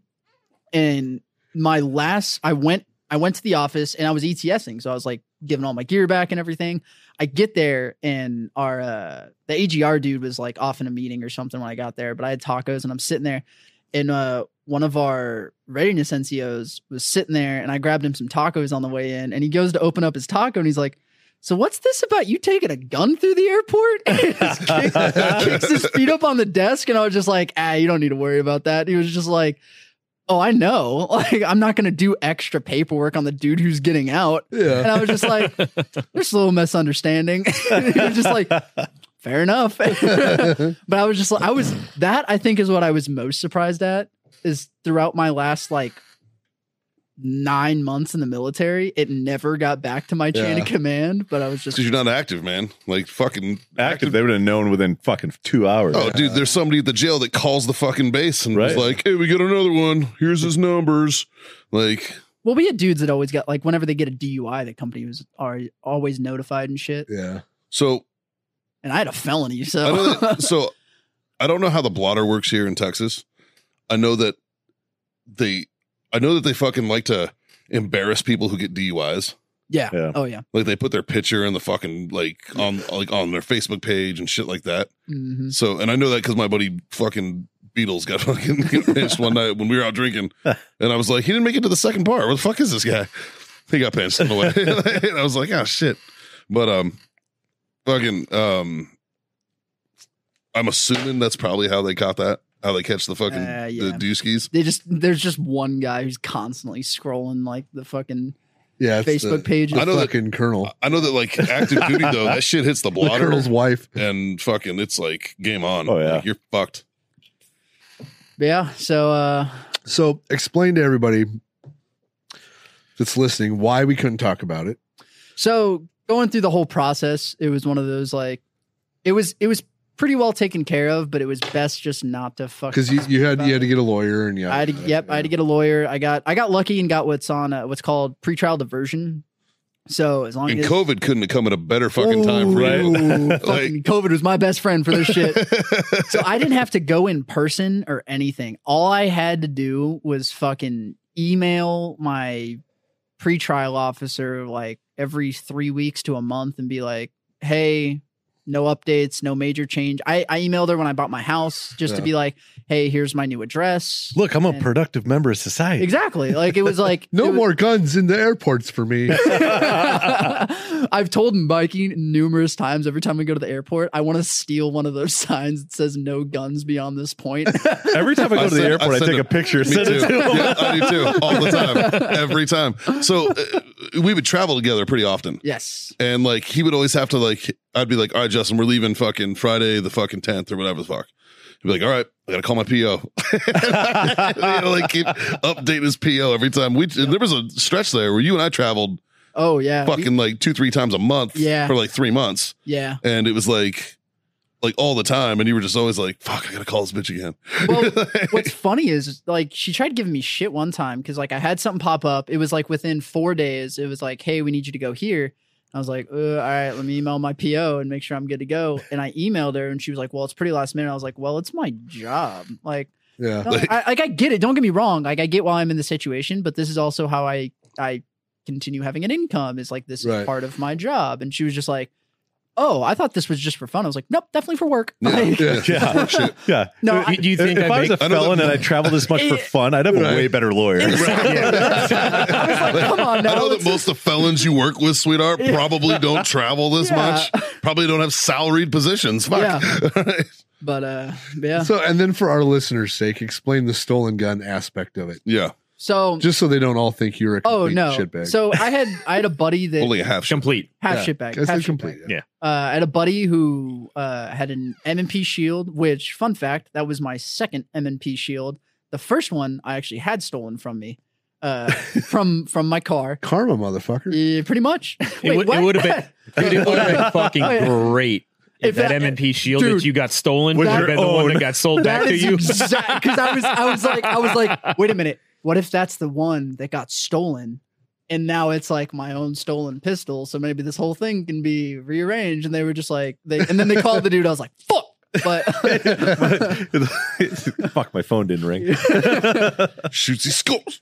and my last, I went, I went to the office, and I was ETSing, so I was like giving all my gear back and everything. I get there, and our uh, the AGR dude was like off in a meeting or something when I got there, but I had tacos, and I'm sitting there, and uh one of our readiness NCOs was sitting there and I grabbed him some tacos on the way in and he goes to open up his taco and he's like, So what's this about you taking a gun through the airport? And he just kicks, kicks his feet up on the desk and I was just like, ah, you don't need to worry about that. He was just like, Oh, I know. Like, I'm not gonna do extra paperwork on the dude who's getting out. And Yeah. I was just like, there's a little misunderstanding. And he was just like, fair enough. but I was just like, I was, that I think is what I was most surprised at is throughout my last like nine months in the military, it never got back to my chain Yeah. of command. But I was just, Because you're not active, man. Like fucking Active, they would have known within fucking two hours. Oh, dude, there's somebody at the jail that calls the fucking base and was Right. like, "Hey, we got another one. Here's his numbers." Like, well, we had dudes that always got like, whenever they get a DUI, the company was are always notified and shit. Yeah. so And I had a felony. I know So that, so I don't know how the blotter works here in Texas. I know that they, I know that they fucking like to embarrass people who get DUIs. yeah. Yeah. Oh yeah. Like they put their picture in the fucking like on like on their Facebook page and shit like that. Mhm. So, and I know that because my buddy fucking Beatles got fucking pinched one night when we were out drinking, and I was like, he didn't make it to the second part. Where the fuck is this guy? He got pinched on the way, and I was like, oh shit. But um, fucking um, I'm assuming that's probably how they caught that. How they catch the fucking Uh, the yeah. dooskies. They just, there's just one guy who's constantly scrolling like the fucking Yeah. it's Facebook page. The I know that- fucking colonel. I know that like active duty though, that shit hits the The blotter colonel's wife. and fucking it's like game on. Oh, yeah. Like, you're fucked. Yeah. So, uh, So explain to everybody that's listening why we couldn't talk about it. So going through the whole process, it was one of those like, it was it was pretty well taken care of, but it was best just not to fuck. Because you, you had you had to get a lawyer and yeah. I had to, yep, I had to get a lawyer. I got I got lucky and got what's on uh, what's called pretrial diversion. So as long And as COVID couldn't have come at a better fucking time for Ooh, you. fucking COVID was my best friend for this shit. so I didn't have to go in person or anything. All I had to do was fucking email my pretrial officer like every three weeks to a month and be like, hey, no updates, no major change. I, I emailed her when I bought my house just to Yeah. be like, hey, here's my new address. Look, I'm a And- productive member of society. Exactly. Like it was like no it was- more guns in the airports for me. I've told Mikey numerous times every time we go to the airport, I want to steal one of those signs that says no guns beyond this point. Every time I go I to the send- I airport, I, send take a- a picture. Me send too. it to him. Yeah, I do too. All the time. Every time. So uh, we would travel together pretty often. yes. And like he would always have to like I'd be like, all right, Justin, we're leaving fucking Friday the fucking tenth or whatever the fuck. He'd be like, all right, I gotta call my PO. you know, like keep updating his PO every time. We there was a stretch there where you and I traveled Oh yeah. We- fucking like two, three times a month Yeah. for like three months. yeah. And it was like like all the time, and you were just always like, "Fuck, I gotta call this bitch again." Well, what's funny is like she tried giving me shit one time because like I had something pop up. It was like within four days. It was like, hey, we need you to go here. I was like, uh, all right, let me email my PO and make sure I'm good to go. And I emailed her, and she was like, well, it's pretty last minute. I was like, well, it's my job. Like, Yeah. no, I, like I get it. Don't get me wrong. Like I get why I'm in this situation, but this is also how I I continue having an income. Is like this Right. is part of my job. And she was just like, oh, I thought this was just for fun. I was like, nope, definitely for work. Like, Yeah. Yeah. yeah. No, I- Do you think if I, was a I know felon that- and I traveled this much for Yeah. fun, I'd have a way better lawyer. I was like, come on, now. I know that let's- most of the felons you work with, sweetheart, probably don't travel this Yeah. much. Probably don't have salaried positions. Fuck. Yeah. But uh, yeah. So, and then for our listeners' sake, explain the stolen gun aspect of it, Yeah. So just so they don't all think you're a oh complete no. shitbag. So I had I had a buddy that Only a half. shit. Complete. half Yeah, shitbag. I half said shitbag. complete. yeah. Uh, I had a buddy who uh, had an M and P shield. Which fun fact, that was my second M and P shield. The first one I actually had stolen from me, uh, from from my car. Karma, motherfucker. Yeah, pretty much. it would it would have been, dude, it would have been fucking Oh, yeah. great if, If that, that- M&P shield dude, that you got stolen would With have your been the one own. that got sold back That to is you. exact because I was I was like I was like wait a minute what if that's the one that got stolen and now it's like my own stolen pistol so maybe this whole thing can be rearranged and they were just like they and then they called the dude I was like fuck but Fuck, my phone didn't ring. Shoots, he scores.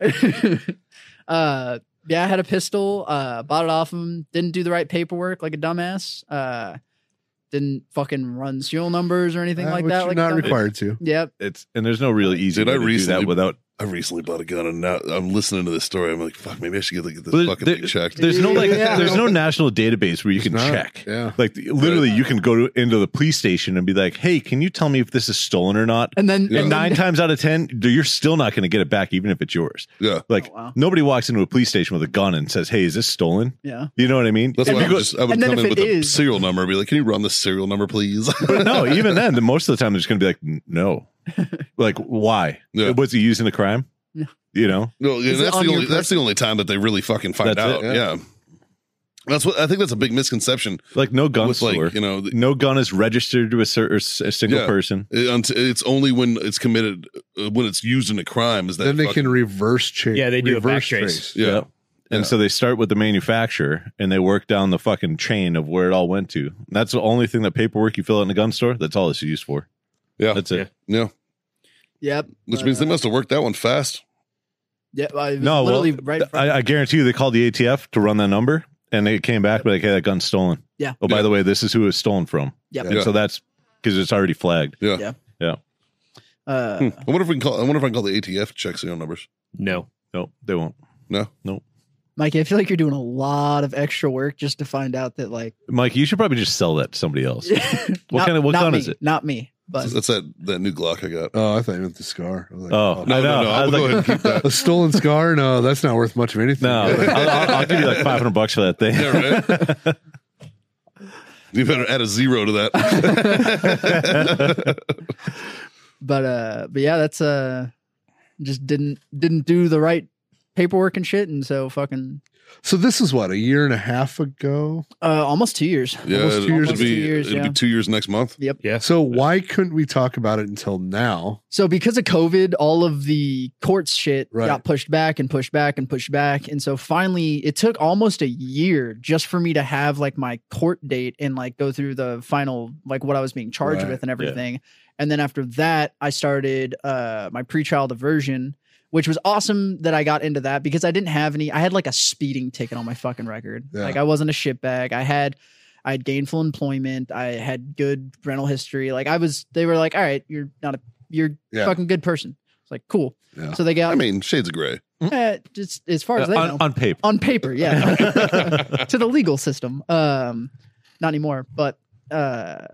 uh yeah I had a pistol uh bought it off him didn't do the right paperwork like a dumbass uh didn't fucking run serial numbers or anything Uh, like which that you're like a not dumbass. required to. yep It's and there's no really easy Dude, way I to do recently- that without. I recently bought a gun, and now I'm listening to this story. I'm like, fuck, maybe I should get, get this There- fucking there- thing checked. There's no like. Yeah. There's no national database where you can It's not, check. Yeah. Like literally, you can go to, into the police station and be like, "Hey, can you tell me if this is stolen or not?" and then And and nine then, times out of ten, you're still not going to get it back, even if it's yours. yeah. Like Oh, wow. nobody walks into a police station with a gun and says, "Hey, is this stolen?" yeah You know what I mean? That's If why I you would, go- just, I would and then come in if with it a is- serial number and be like, can you run this serial number, please? But no, even then, the most of the time, they're just going to be like, "N- "No, like why? Yeah. Was he used in a crime?" Yeah. You know, No, yeah, Is it that's on the your only that's the only time that they really fucking find That's out. it, yeah. that's what I think. That's a big misconception. like no gun With like store. you know, the- no gun is registered to a, cer- or s- a single Yeah. person. it- unt- it's only when it's committed uh, when it's used in a crime is that Then they fucking- can reverse chase. Yeah, they do a back reverse trace. yeah. And Yeah. so they start with the manufacturer and they work down the fucking chain of where it all went to. And that's the only thing that paperwork you fill out in a gun store. That's all it's used for. yeah That's it. yeah yep which but, means they uh, must have worked that one fast yeah I was No, well, literally right in front I, I guarantee you they called the ATF to run that number and they came back like, hey, that gun's stolen. Yeah. Oh, by Yeah. the way, this is who it was stolen from. Yep. And Yeah. so that's because it's already flagged. yeah, Yeah. Yeah. Uh, Hmm. I wonder if we can call I wonder if I can call the ATF to check serial numbers No. No, they won't. no Mikey, I feel like you're doing a lot of extra work just to find out that like Mike, you should probably just sell that to somebody else. What not- kind of- what not gun me, is it? Not me, but that's that that new Glock I got Oh, I thought you meant the scar. I was like, Oh, no I no know. I no I'll was go like- ahead and keep A that stolen scar? No, that's not worth much of anything. No, I'll, I'll- I'll give you like 500 bucks for that thing. yeah right you better add a zero to that but uh, but yeah, that's uh, just didn't didn't do the right paperwork and shit, and so fucking So this is what a year and a half ago. uh, almost two years. yeah Almost two years it'll be Almost two years, it'll yeah. be two years next month Yeah. So why couldn't we talk about it until now? So because of COVID, all of the courts shit Right. got pushed back and pushed back and pushed back. And so finally it took almost a year just for me to have like my court date and like go through the final like what I was being charged Right, with and everything. And then after that, I started uh my pretrial diversion, which was awesome that I got into that because I didn't have any I had like a speeding ticket on my fucking record. Yeah. Like I wasn't a shitbag. I had I had gainful employment. I had good rental history. Like I was, they were like, all right, you're not a, you're Yeah. fucking good person. It's like, cool. Yeah. So they got, I mean shades of gray eh, just as far as they know, Uh, on, on, on paper. paper, yeah, to the legal system. Um, not anymore, but, uh,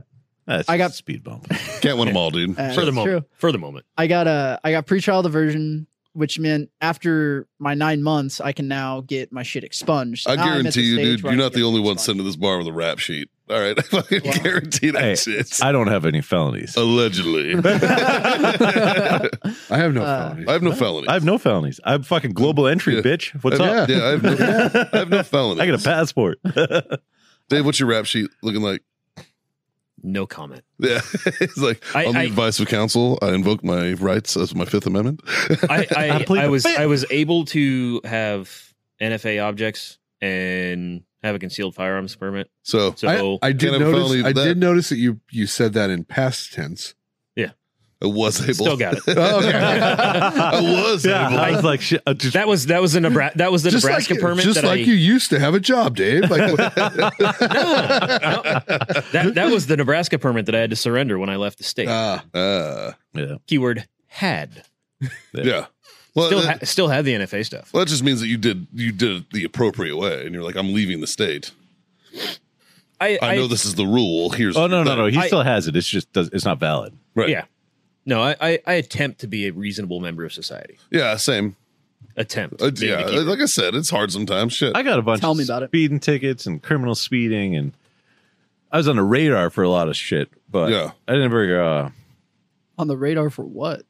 That's I got- just a speed bump. can't win them all dude uh, For the it's true. moment. For the moment. I got a, I got pretrial diversion, which meant after my nine months, I can now get my shit expunged. So I now I'm at the guarantee you, stage dude, where I you're can not get the only it one expunged. sitting to this bar with a rap sheet. All right. I fucking Wow. guarantee that Hey, shit. I don't have any felonies. Allegedly. I have no Uh, felonies. I have no felony. I have no felonies. I'm fucking global entry, Yeah. bitch. What's yeah, up? yeah, I have no, I have no felony. I got a passport. Dave, what's your rap sheet looking like? No comment. Yeah, it's like I- on the I- advice of counsel, I invoke my rights as my Fifth Amendment. I I I, plead I, the was fifth. I was able to have NFA objects and have a concealed firearms permit. So So I, I did Kind of notice. violated I that. did notice that you you said that in past tense. I was able. still got it. Oh, I was Yeah, able. I was like, shit, uh, just- That was that was a Nebraska that was the just like Nebraska permit just that like I you used to have a job, Dave. Like that, that was the Nebraska permit that I had to surrender when I left the state. Ah, Uh, yeah. Keyword had yeah. Well, still that, ha- still had the NFA stuff. well, that just means that you did you did it the appropriate way, and you're like, I'm leaving the state. I, I, know this is the rule. Here's Oh no, no, no. He I- still has it. It's just does, it's not valid. right. Yeah. No, I, I, I attempt to be a reasonable member of society. yeah, same. Attempt. Uh, being yeah, the keyword. like I said, it's hard sometimes. Shit. I got a bunch Tell of me about it. speeding tickets and criminal speeding and I was on the radar for a lot of shit, but Yeah. I never uh On the radar for what?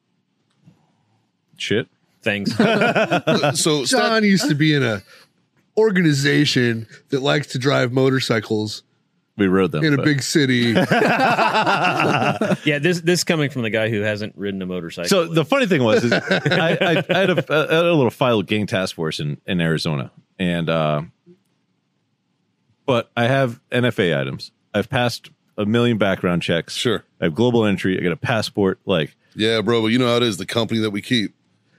shit. things. so stat- John used to be in a organization that likes to drive motorcycles We rode them in a but- big city. yeah, this this coming from the guy who hasn't ridden a motorcycle. So the funny thing was, is I, I, I had a, I had a little file gang task force in, in Arizona, and uh, but I have NFA items. I've passed a million background checks. Sure. I have global entry. I got a passport. Like yeah, bro, but you know how it is. The company that we keep.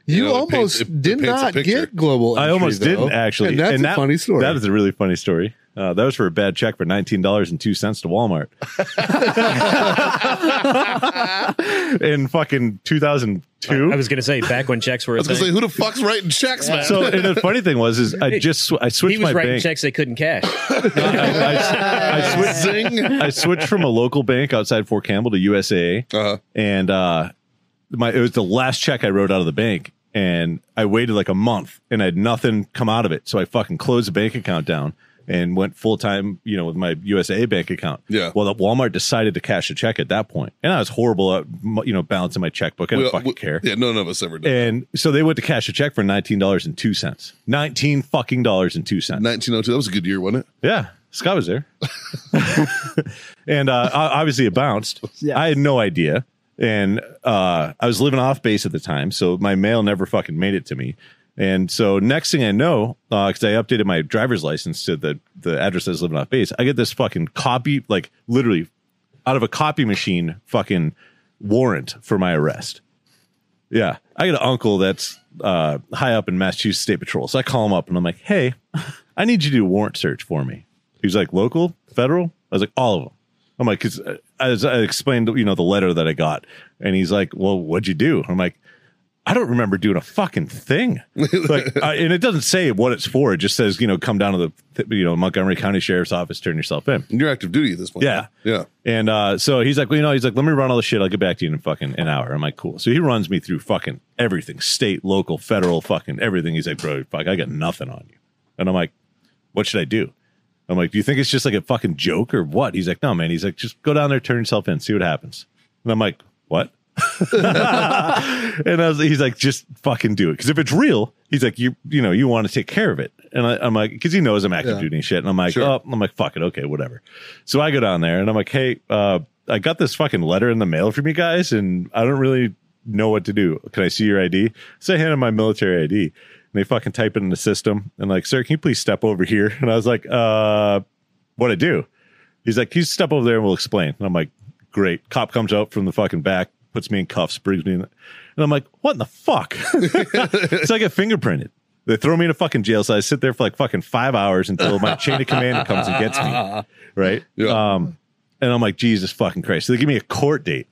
You know, it almost paints- it- it did paints a not picture. get global. I entry, almost though. didn't actually. and that's a that- funny story. That is a really funny story. Uh, that was for a bad check for nineteen dollars and two cents to Walmart in fucking two thousand two. I was gonna say back when checks were I a was gonna say, thing, who the fuck's writing checks, man? So and the funny thing was, is I just sw- I he switched was my writing bank. checks they couldn't cash. I, I, I switched Zing. Uh I switched from a local bank outside Fort Campbell to USA, huh. and uh, my it was the last check I wrote out of the bank, and I waited like a month, and I had nothing come out of it, so I fucking closed the bank account down and went full time, you know, with my USA bank account. Yeah. Well, the Walmart decided to cash a check at that point, and I was horrible at you know balancing my checkbook. I don't We- fucking we- care. Yeah, none of us ever did. And so they went to cash a check for nineteen dollars and two cents. Nineteen fucking dollars and two cents. 1902. That was a good year, wasn't it? Yeah, Scott was there, and uh, o- obviously it bounced. Yeah. I had no idea, and uh, I was living off base at the time, so my mail never fucking made it to me. And so next thing I know, because I updated my driver's license to the the address I was living off base, I get this fucking copy, like literally out of a copy machine, fucking warrant for my arrest. Yeah, I got an uncle that's uh, high up in Massachusetts State Patrol, so I call him up and I'm like, "Hey, I need you to do a warrant search for me." He's like, "Local, federal?" I was like, "All of them." I'm like, "Cause uh, as I explained, you know, the letter that I got," and he's like, "Well, what'd you do?" I'm like. I don't remember doing a fucking thing. Like, I, and it doesn't say what it's for. It just says, you know, come down to the, you know, Montgomery County Sheriff's Office, turn yourself in. You're active duty at this point. Yeah. Yeah. And uh, so he's like, well, you know, he's like, let me run all the shit. I'll get back to you in fucking an hour. I'm like, cool. So he runs me through fucking everything, state, local, federal, fucking everything. He's like, bro, fuck, I got nothing on you. And I'm like, what should I do? I'm like, do you think it's just like a fucking joke or what? He's like, no, man. He's like, just go down there, turn yourself in, see what happens. And I'm like, what? and I was, he's like, just fucking do it. Cause if it's real, he's like, you, you know, you want to take care of it. And I, I'm like, cause he knows I'm active Yeah. duty and shit. And I'm like, Sure. oh, I'm like, fuck it. Okay, whatever. So I go down there and I'm like, hey, uh, I got this fucking letter in the mail from you guys and I don't really know what to do. Can I see your ID? So I handed my military ID and they fucking type it in the system and like, sir, can you please step over here? And I was like, uh, what I do? He's like, you step over there and we'll explain. And I'm like, great. Cop comes out from the fucking back, puts me in cuffs, brings me in. The, and I'm like, what in the fuck? so I get fingerprinted. They throw me in a fucking jail. So I sit there for like fucking five hours until my chain of command comes and gets me. Right. Yeah. Um, and I'm like, Jesus fucking Christ. So they give me a court date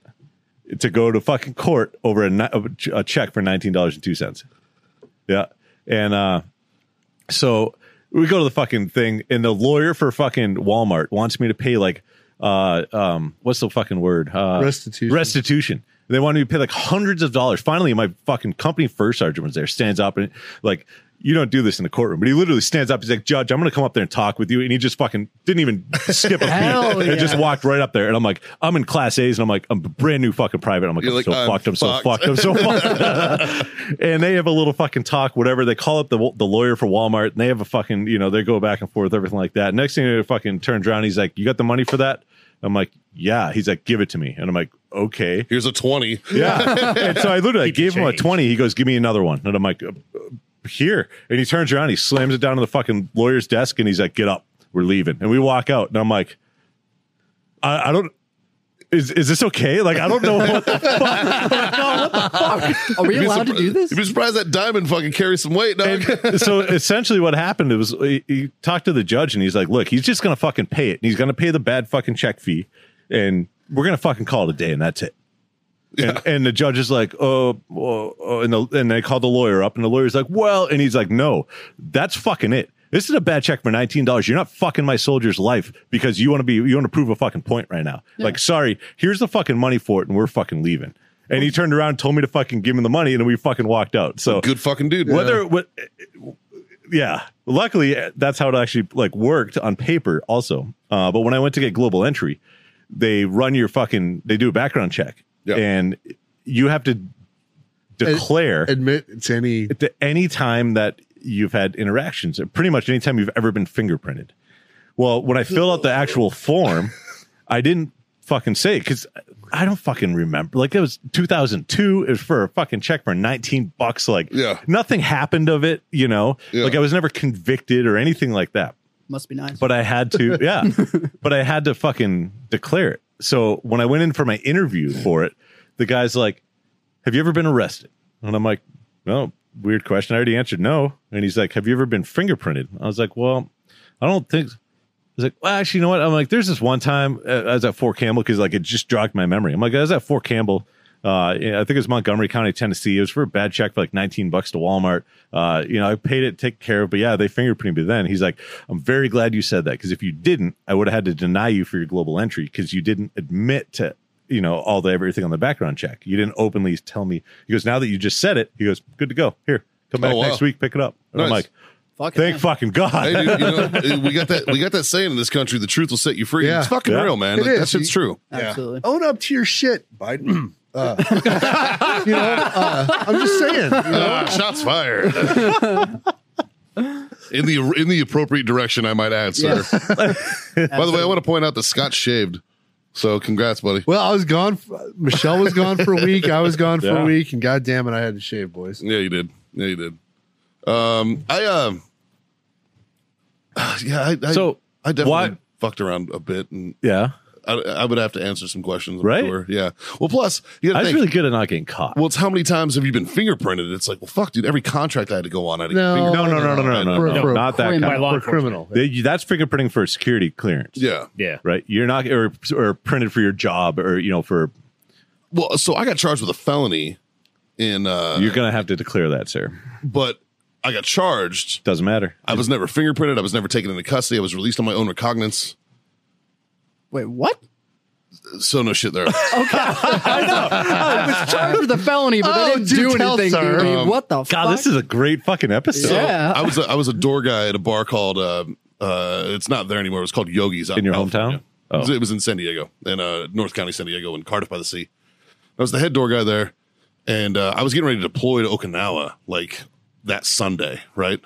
to go to fucking court over a, ni- a check for $19.02. Yeah. And, uh, so we go to the fucking thing, and the lawyer for fucking Walmart wants me to pay like, uh, um, what's the fucking word? Uh, Restitution. Restitution. They wanted me to pay like hundreds of dollars. Finally, my fucking company first sergeant was there, stands up and like, you don't do this in the courtroom. But he literally stands up. He's like, Judge, I'm going to come up there and talk with you. And he just fucking didn't even skip a beat. Hell And just yeah. walked right up there. And I'm like, I'm in class A's and I'm like, I'm brand new fucking private. I'm like, You're I'm, like, so I'm fucked. I'm so fucked. fucked. I'm so fucked. and they have a little fucking talk, whatever. They call up the the lawyer for Walmart, and they have a fucking you know they go back and forth, everything like that. Next thing, they fucking turns around, he's like, "You got the money for that?" I'm like, yeah. He's like, give it to me. And I'm like, okay. Here's a 20. Yeah. and so I literally the I gave him a change. 20. He goes, Give me another one. And I'm like, "Uh, uh, Here. And he turns around, he slams it down on the fucking lawyer's desk, and he's like, Get up. We're leaving. And we walk out. And I'm like, I, I don't. Is, is this okay? Like I don't know. What the Are we You'd be allowed to surpri- do this? You'd be surprised that diamond fucking carries some weight, dog. And so essentially what happened was he, he talked to the judge and he's like, look, he's just going to fucking pay it. And he's going to pay the bad fucking check fee. And we're going to fucking call it a day. And that's it. And, and the judge is like, oh, oh, oh," and, the, and they call the lawyer up and the lawyer's like, well, and he's like, no, that's fucking it. This is a bad check for $19. You're not fucking my soldier's life because you want to be, you want to prove a fucking point right now. Like, sorry, here's the fucking money for it. And we're fucking leaving. And he turned around and told me to fucking give him the money and then we fucking walked out. So Good fucking dude. whether what yeah luckily that's how it actually like worked on paper also uh, but when i went to get global entry they run your fucking they do a background check Yeah. and you have to declare Admit it's any. at any time that you've had interactions, pretty much any time you've ever been fingerprinted. Well, when I filled out the actual form, I didn't fucking say because I don't fucking remember. Like it was 2002. It was for a fucking check for 19 bucks. Like Yeah. nothing happened of it. You know, Yeah. like I was never convicted or anything like that Must be nice. but I had to, yeah, but I had to fucking declare it. So when I went in for my interview for it, the guy's like, Have you ever been arrested? And I'm like, No, weird question. I already answered no. And he's like, Have you ever been fingerprinted? I was like, Well, I don't think. He's like, well, actually, you know what? I'm like, there's this one time uh, I was at Fort Campbell because like it just jogged my memory. I'm like, I was at Fort Campbell. Uh, I think it was Montgomery County, Tennessee. It was for a bad check for like 19 bucks to Walmart. Uh, you know, I paid it, take care of, but yeah, they fingerprinted me then. He's like, I'm very glad you said that because if you didn't, I would have had to deny you for your global entry because you didn't admit to, you know, all the everything on the background check. You didn't openly tell me. He goes, now that you just said it, he goes, good to go. Here, come back Oh, wow. next week, pick it up. And I'm Nice. like, Fucking thank hell. fucking God. Hey, dude, you know, we got that we got that saying in this country, the truth will set you free. Yeah. It's fucking Yeah. real, man. It Like, that is. shit's true. Absolutely. Own up to your shit, Biden. Uh, you know, uh, I'm just saying. you know, Ah, shots fired. in the in the appropriate direction, I might add, sir. By the way, I want to point out that Scott shaved. So congrats, buddy. Well, I was gone. For, Michelle was gone for a week. I was gone for Yeah. a week, and God damn it, I had to shave, boys. Yeah, you did. Yeah, you did. Um, I um, yeah, I, I So, I definitely why- fucked around a bit, and yeah. I, I would have to answer some questions, I'm Right? sure. Yeah. Well, plus you I got to was think. really good at not getting caught. well, it's how many times have you been fingerprinted? It's like, well, fuck, dude. Every contract I had to go on, I had to get No. fingerprinted. no, no, no, no, no, no, For- no, for- not for that kind. him. of- By law We're enforcement. criminal. They- That's fingerprinting for security clearance. Yeah. Yeah. Right. You're not or or printed for your job or you know for Well, so I got charged with a felony, in uh, you're gonna have to declare that, sir. but I got charged. Doesn't matter. I was never fingerprinted. I was never taken into custody. I was released on my own recognizance. Wait, what? So no shit there. I was charged with a felony, but they Oh, didn't do do tell, anything. sir. to me. what the God, fuck? this is a great fucking episode. Yeah. I was a, I was a door guy at a bar called uh, uh, it's not there anymore. It was called Yogi's out In your California. hometown? Oh. It was- It was in San Diego, in uh, North County, San Diego, in Cardiff by the Sea. I was the head door guy there, and uh, I was getting ready to deploy to Okinawa like that Sunday, right?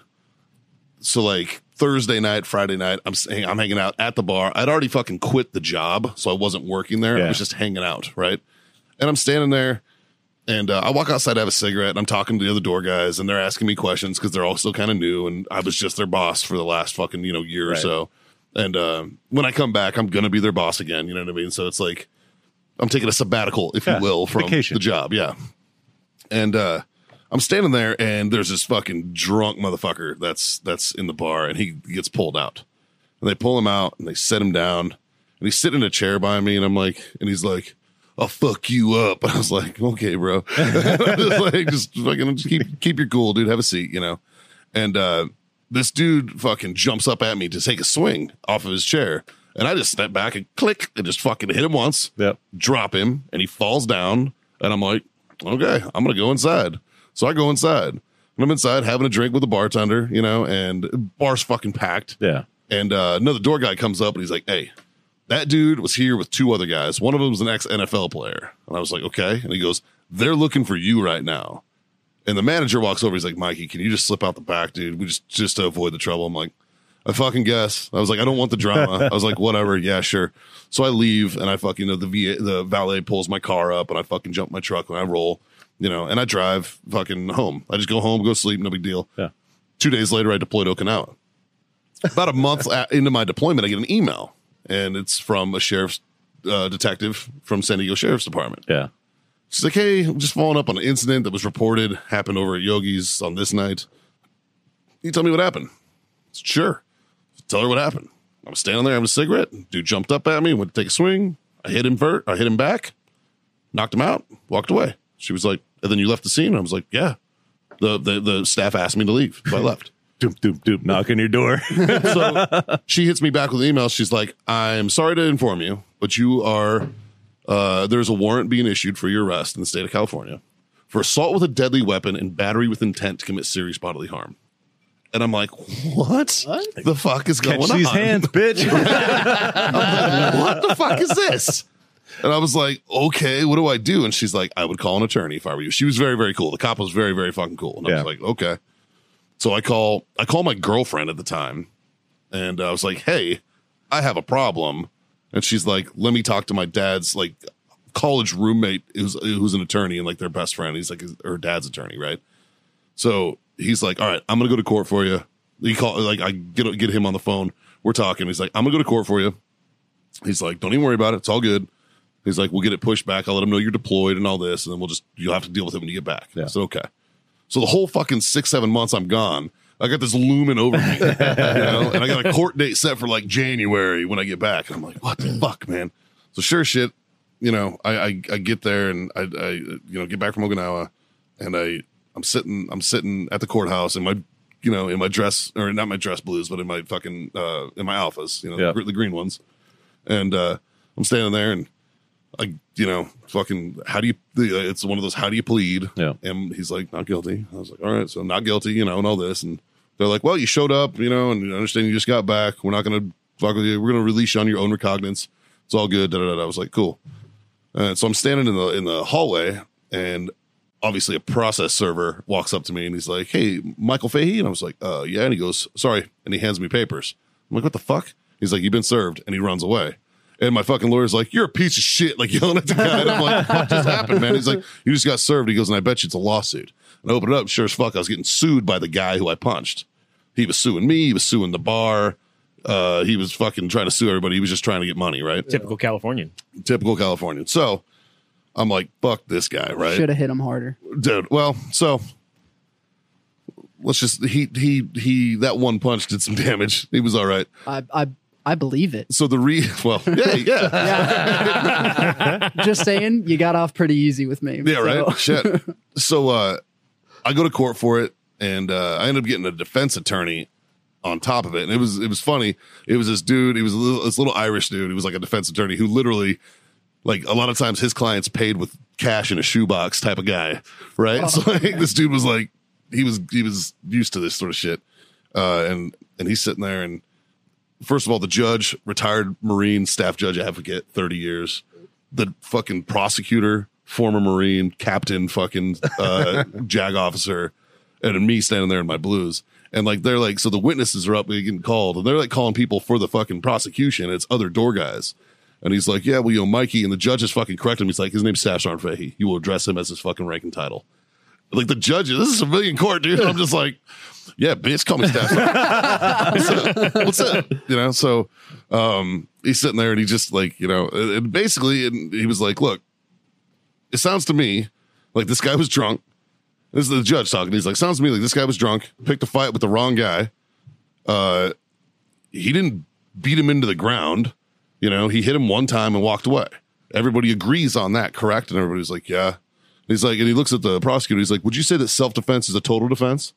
So like Thursday night, Friday night, I'm s- I'm hanging out at the bar. I'd already fucking quit the job, so I wasn't working there. I Yeah. was just hanging out, right? And I'm standing there, and uh, I walk outside, to have a cigarette, and I'm talking to the other door guys, and they're asking me questions because they're all still kind of new, and I was just their boss for the last fucking you know year or Right. so. And uh, when I come back, I'm gonna be their boss again. You know what I mean? So it's like I'm taking a sabbatical, if Yeah, you will, from vacation. the job. Yeah. And uh I'm standing there and there's this fucking drunk motherfucker that's that's in the bar and he gets pulled out. And they pull him out and they set him down and he's sitting in a chair by me and I'm like and he's like I'll fuck you up. And I was like, okay, bro. just like, just fucking just keep keep your cool, dude. Have a seat, you know. And uh this dude fucking jumps up at me to take a swing off of his chair. And I just step back and click and just fucking hit him once Yep. drop him and he falls down and i'm like okay i'm gonna go inside so i go inside and i'm inside having a drink with the bartender you know and bar's fucking packed Yeah. and uh, another door guy comes up and he's like hey that dude was here with two other guys one of them was an ex nfl player and i was like okay and he goes they're looking for you right now and the manager walks over he's like mikey can you just slip out the back dude we just just to avoid the trouble i'm like I fucking guess. I was like, I don't want the drama. I was like, whatever. Yeah, sure. So I leave and I fucking, the VA, the valet pulls my car up and I fucking jump my truck and I roll, you know, and I drive fucking home. I just go home, go sleep, no big deal. Yeah. Two days later, I deployed to Okinawa. About a month a into my deployment, I get an email and it's from a sheriff's uh, detective from San Diego Sheriff's Department. Yeah. She's like, hey, I'm just following up on an incident that was reported happened over at Yogi's on this night. Can You tell me what happened. I said, sure. Tell her what happened. I was standing there having a cigarette. Dude jumped up at me, went to take a swing. I hit him vert. I hit him back, knocked him out, walked away. She was like, and then you left the scene. I was like, yeah. The the, the staff asked me to leave. So I left. Doop, doop, doop. Knock on your door. so she hits me back with an email. She's like, I'm sorry to inform you, but you are uh, there's a warrant being issued for your arrest in the state of California for assault with a deadly weapon and battery with intent to commit serious bodily harm. And I'm like, what, the fuck is going Catch on? these hands, bitch. I'm like, what the fuck is this? And I was like, okay, what do I do? And she's like, I would call an attorney if I were you. She was very, very cool. The cop was very, very fucking cool. And I Yeah. was like, okay. So I call, I call my girlfriend at the time, and I was like, hey, I have a problem. And she's like, let me talk to my dad's like college roommate who's who's an attorney and like their best friend. He's like his, her dad's attorney, right? So he's like, "All right, I'm gonna go to court for you." He call like I get get him on the phone. We're talking. He's like, "I'm gonna go to court for you." He's like, "Don't even worry about it. It's all good." He's like, "We'll get it pushed back. I'll let him know you're deployed and all this, and then we'll just you'll have to deal with it when you get back." Yeah. I said, "Okay." So the whole fucking six seven months I'm gone. I got this looming over me, you know, and I got a court date set for like January when I get back. And I'm like, "What the fuck, man?" So sure shit, you know, I I, I get there and I, I you know get back from Okinawa and I I'm sitting I'm sitting at the courthouse in my you know in my dress or not my dress blues but in my fucking uh in my alphas you know Yeah. the, gr- the green ones and uh I'm standing there and I you know fucking how do you the- it's one of those how do you plead Yeah. and he's like not guilty I was like all right so not guilty you know and all this and they're like well you showed up you know and I understand you just got back we're not gonna fuck with you we're gonna release you on your own recognizance it's all good da, da, da, da. I was like cool uh, so I'm standing in the in the hallway, and obviously a process server walks up to me and he's like, "Hey, Michael Fahey," and I was like, "Uh, yeah." And he goes, "Sorry," and he hands me papers. I'm like, "What the fuck?" He's like, "You've been served," and he runs away. And my fucking lawyer's like, "You're a piece of shit," like yelling at the guy. And I'm like, "What just happened, man?" He's like, "You just got served." He goes, "And I bet you it's a lawsuit." And I open it up. Sure as fuck, I was getting sued by the guy who I punched. He was suing me. He was suing the bar. Uh, he was fucking trying to sue everybody. He was just trying to get money, right? Typical Californian. typical Californian. So I'm like, fuck this guy, right? Should have hit him harder. Dude, well, so let's just he he he that one punch did some damage. He was all right. I I I believe it. So the re well, yeah, yeah. Just saying, you got off pretty easy with me. Yeah, right. So, Shit. So uh I go to court for it and uh I end up getting a defense attorney on top of it. And it was it was funny. It was this dude, he was a little, this little Irish dude. He was like a defense attorney who literally like a lot of times his clients paid with cash in a shoebox type of guy, right? So like this dude was like he was he was used to this sort of shit. Uh and and he's sitting there and first of all the judge, retired marine staff judge advocate, 30 years the fucking prosecutor, former Marine, captain, fucking uh, JAG officer, and me standing there in my blues. And like they're like, so the witnesses are up getting called, and they're like calling people for the fucking prosecution. It's other door guys. And he's like, yeah, well, you know, Mikey, and the judge is fucking correct him. He's like, his name's Sashar Fahey. You will address him as his fucking rank and title. Like the judge, this is civilian court, dude. I'm just like, yeah, bitch, call me Sashar what's up? You know, so um, he's sitting there and he just like, you know, and and basically, and he was like, look, it sounds to me like this guy was drunk. This is the judge talking. He's like, sounds to me like this guy was drunk, picked a fight with the wrong guy. Uh, he didn't beat him into the ground. You know, he hit him one time and walked away. Everybody agrees on that, correct? And everybody's like, yeah. And he's like, and he looks at the prosecutor. He's like, would you say that self defense is a total defense?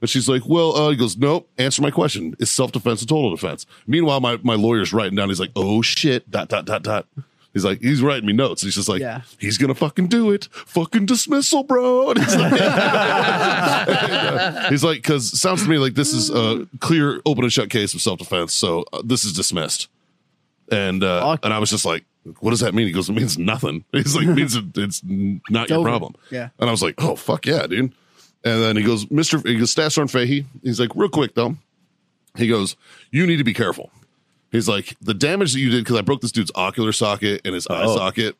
And she's like, well, uh, he goes, nope, answer my question. Is self defense a total defense? Meanwhile, my, my lawyer's writing down, he's like, oh shit, dot, dot, dot, dot. He's like, he's writing me notes. He's just like, Yeah. he's going to fucking do it. Fucking dismissal, bro. And he's like, he's like, because sounds to me like this is a clear, open and shut case of self defense. So uh, this is dismissed. And uh, Fuck. and I was just like, what does that mean? He goes, it means nothing. He's like, it means it, it's n- not your over. problem. Yeah. And I was like, oh, fuck yeah, dude. And then he goes, Mr. F- He goes, Staff Sergeant Fahey. He's like, real quick, though. He goes, You need to be careful. He's like, The damage that you did, because I broke this dude's ocular socket and his eye Oh. socket.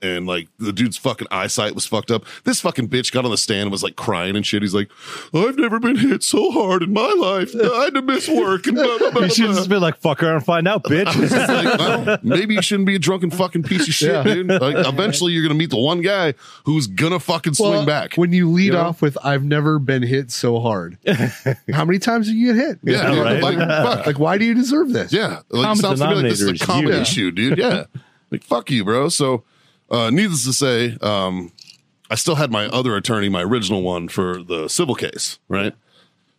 And like the dude's fucking eyesight was fucked up. This fucking bitch got on the stand and was like crying and shit. He's like, I've never been hit so hard in my life. I had to miss work. And blah, blah, blah, You blah, should have blah." just been like, fuck her and find out, bitch. It's like, well, maybe you shouldn't be a drunken fucking piece of shit, dude. Like, eventually, you're gonna meet the one guy who's gonna fucking swing Well, back. When you lead You know? off with "I've never been hit so hard," how many times do you get hit? yeah, dude, right? like, fuck. Like, why do you deserve this? Yeah. Like, Common it sounds to me like this denominator is a is common you. issue, dude. Yeah. like, fuck you, bro. So, uh, needless to say, um, I still had my other attorney, my original one for the civil case, right?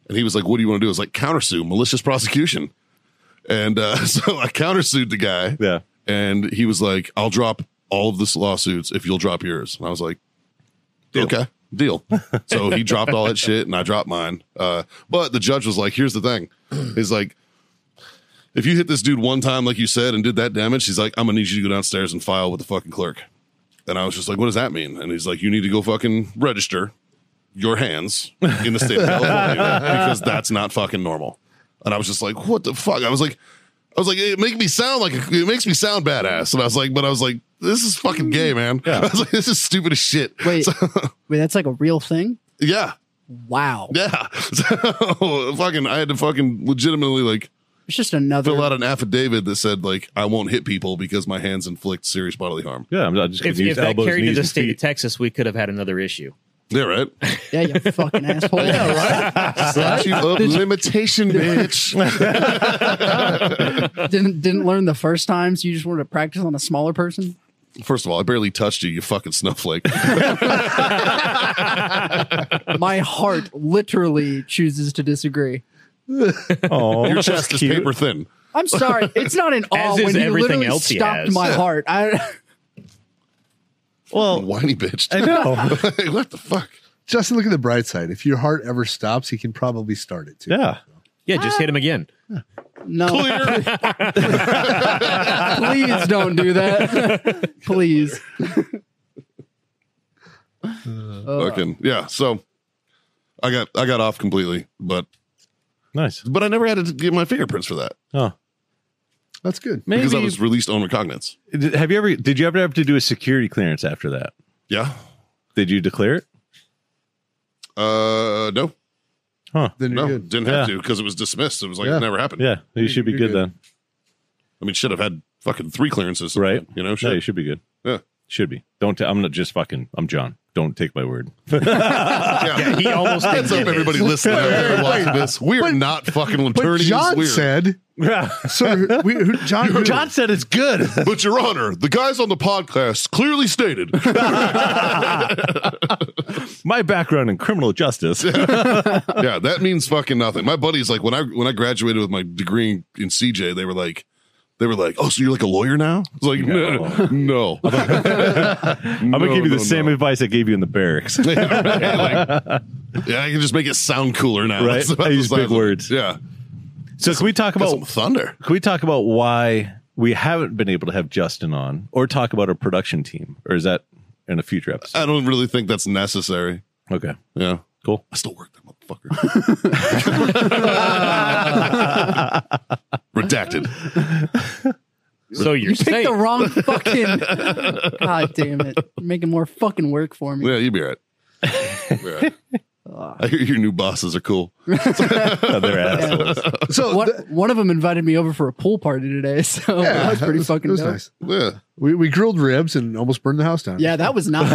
And he was like, What do you want to do? I was like, countersue, malicious prosecution. And uh, so I countersued the guy. Yeah. And he was like, I'll drop all of this lawsuits if you'll drop yours. And I was like, Okay, deal. So he dropped all that shit and I dropped mine. Uh, but the judge was like, here's the thing. He's like, if you hit this dude one time, like you said, and did that damage, he's like, I'm gonna need you to go downstairs and file with the fucking clerk. And I was just like, what does that mean? And he's like, you need to go fucking register your hands in the state of California because that's not fucking normal. And I was just like, what the fuck? I was like, I was like, it make me sound like a, it makes me sound badass. And I was like, but I was like, this is fucking gay, man. I was like, this is stupid as shit. Wait, So- wait, that's like a real thing. yeah. Wow, Yeah. So fucking I had to fucking legitimately like it's just another. fill out an affidavit that said like I won't hit people because my hands inflict serious bodily harm. Yeah, I'm I'm just going If, to use if that elbows, carried to knees, the and state of feet. Texas, we could have had another issue. Yeah, right. Yeah, you fucking asshole. Statute of limitation, bitch. Didn't didn't learn the first time, so you just wanted to practice on a smaller person. First of all, I barely touched you, you fucking snowflake. My heart literally chooses to disagree. Aw, Your that's chest is cute. paper thin. I'm sorry, it's not an awe As is when you everything literally else he stopped has. my heart. I, Well, Whiny bitch. I know. Like, what the fuck? Justin, look at the bright side. If your heart ever stops, he can probably start it too. Yeah. Yeah, just hit him again. no, please don't do that. please. Fucking yeah. So I got I got off completely, but Nice. but I never had to get my fingerprints for that Oh. That's good. Maybe. because I was released on recognizance. Did- have you ever, did you ever have to do a security clearance after that? Yeah. Did you declare it? Uh no. Huh. Then you're No, good. didn't have Yeah. to because it was dismissed. It was like Yeah. it never happened. Yeah. You should be you're good, good. then. I mean, should have had fucking three clearances, Right. You know, No, you shit. should be good. Yeah. Should be. Don't, t- I'm not just fucking, I'm John. Don't take my word. yeah. He almost did What's up, everybody listening out there and watching this? We are not fucking But attorneys. John we're- said, Yeah. "Sir, we, who, John, who- John said it's good. but Your Honor, the guys on the podcast clearly stated. My background in criminal justice. yeah. yeah, that means fucking nothing. My buddies, like when I when I graduated with my degree in CJ, they were like, they were like, oh, so you're like a lawyer now? It's like, no, no. I'm gonna No, give you the no, same no. advice I gave you in the barracks. yeah, right? Like, yeah, I can just make it sound cooler now. Right? That's about I the use size big of it. words. Yeah, So can we talk Got about some thunder. can we talk about why we haven't been able to have Justin on, or talk about our production team, or is that in a future episode? I don't really think that's necessary. Okay, Yeah, cool. I still work that motherfucker. Redacted. So you're You picked saying the wrong fucking. God damn it! You're making more fucking work for me. Yeah, you'll be all right. You'll be all right. I hear your new bosses are cool. Other assholes. so One, th- one of them invited me over for a pool party today, so yeah, that was pretty fucking It was dope. nice. Yeah. We, we grilled ribs and almost burned the house down. Yeah, that was not.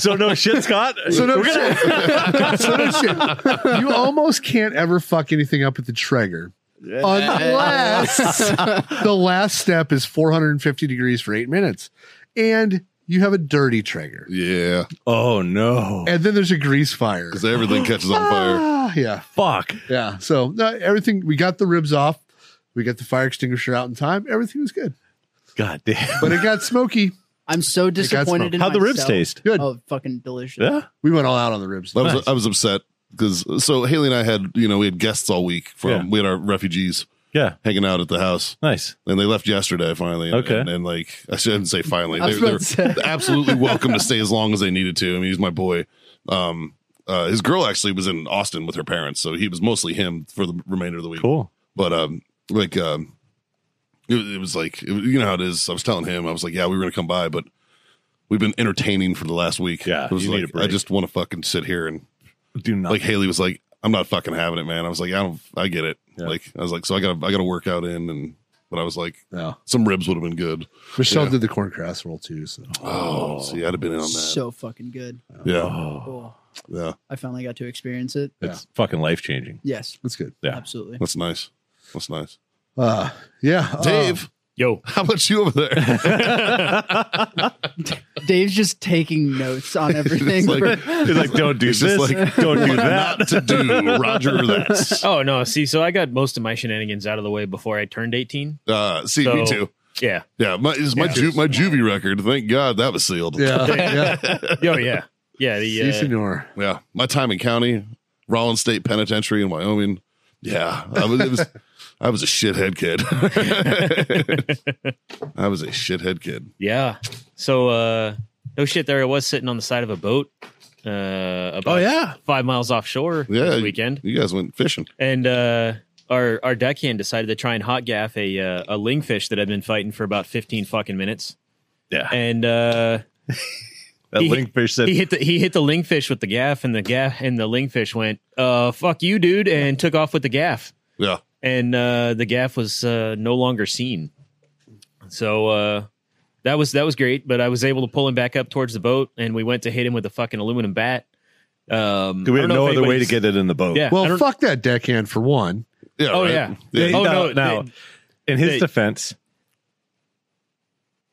So no shit, Scott. So no shit. so no shit. You almost can't ever fuck anything up at the Traeger. Unless the last step is 450 degrees for eight minutes. And you have a dirty Traeger. Yeah. Oh no. And then there's a grease fire. Because everything catches on fire. Ah, yeah. Fuck. Yeah. So no, everything, we got the ribs off. We got the fire extinguisher out in time. Everything was good. God damn. But it got smoky. I'm so disappointed. In How'd the ribs myself. taste? Good. Oh, fucking delicious. Yeah. We went all out on the ribs. I was, I was upset because so Haley and I had, you know, we had guests all week from, Yeah. we had our refugees Yeah. hanging out at the house. Nice. And they left yesterday, finally. And, Okay. And, and, like, I shouldn't say finally. I They, was they were about to say. absolutely welcome to stay as long as they needed to. I mean, he's my boy. Um, Uh, his girl actually was in Austin with her parents, so he was mostly him for the remainder of the week. Cool. But um, like um, it, was- it was like it, was- you know how it is. I was telling him, I was like, yeah, we were gonna come by, but we've been entertaining for the last week. Yeah, It was you need like, a break. I just want to fucking sit here and Do not like Haley was like, I'm not fucking having it, man. I was like, I don't, I get it. Yeah. Like I was like, so I got, to I got to work out in, and but I was like, no. some ribs would have been good. Michelle Yeah. did the corn cross roll too. So Oh, see, I'd have been in on that. So fucking good. yeah, Oh, Oh, yeah, I finally got to experience it. it's fucking life changing. Yes, that's good. Yeah. absolutely. that's nice. That's nice. Uh, yeah, uh, Dave, Yo, how about you over there? Dave's just taking notes on everything. like- bro. It's like don't do It's just this, like, don't do that. Not to do Roger that. Oh no, see, so I got most of my shenanigans out of the way before I turned eighteen. Uh, see, me So- too. Yeah. Yeah, my is my Yeah. ju- my juvie record. Thank God that was sealed. yeah, yeah, Oh yeah. Yeah. Si, The uh, senor. yeah. My time in county, Rollins State Penitentiary in Wyoming. Yeah, I was. It was I was a shithead kid. I was a shithead kid. yeah. So uh no shit there I was sitting on the side of a boat uh about yeah, five miles offshore Yeah, this you- weekend. You guys went fishing. And uh our our deckhand decided to try and hot gaff a uh, a lingfish that I'd been fighting for about fifteen fucking minutes. Yeah. And uh That He- lingfish said he hit the he hit the lingfish with the gaff and the gaff and the lingfish went, uh fuck you, dude, and took off with the gaff. Yeah, and uh, the gaff was uh, no longer seen. So uh, that was that was great, but I was able to pull him back up towards the boat, and we went to hit him with a fucking aluminum bat. Um, we I don't had know no if other way to anybody's- get it in the boat. Yeah. I Well, don't- fuck that deckhand for one. yeah. Oh right? yeah. Yeah. Oh, oh no, no, now they- in his they- defense,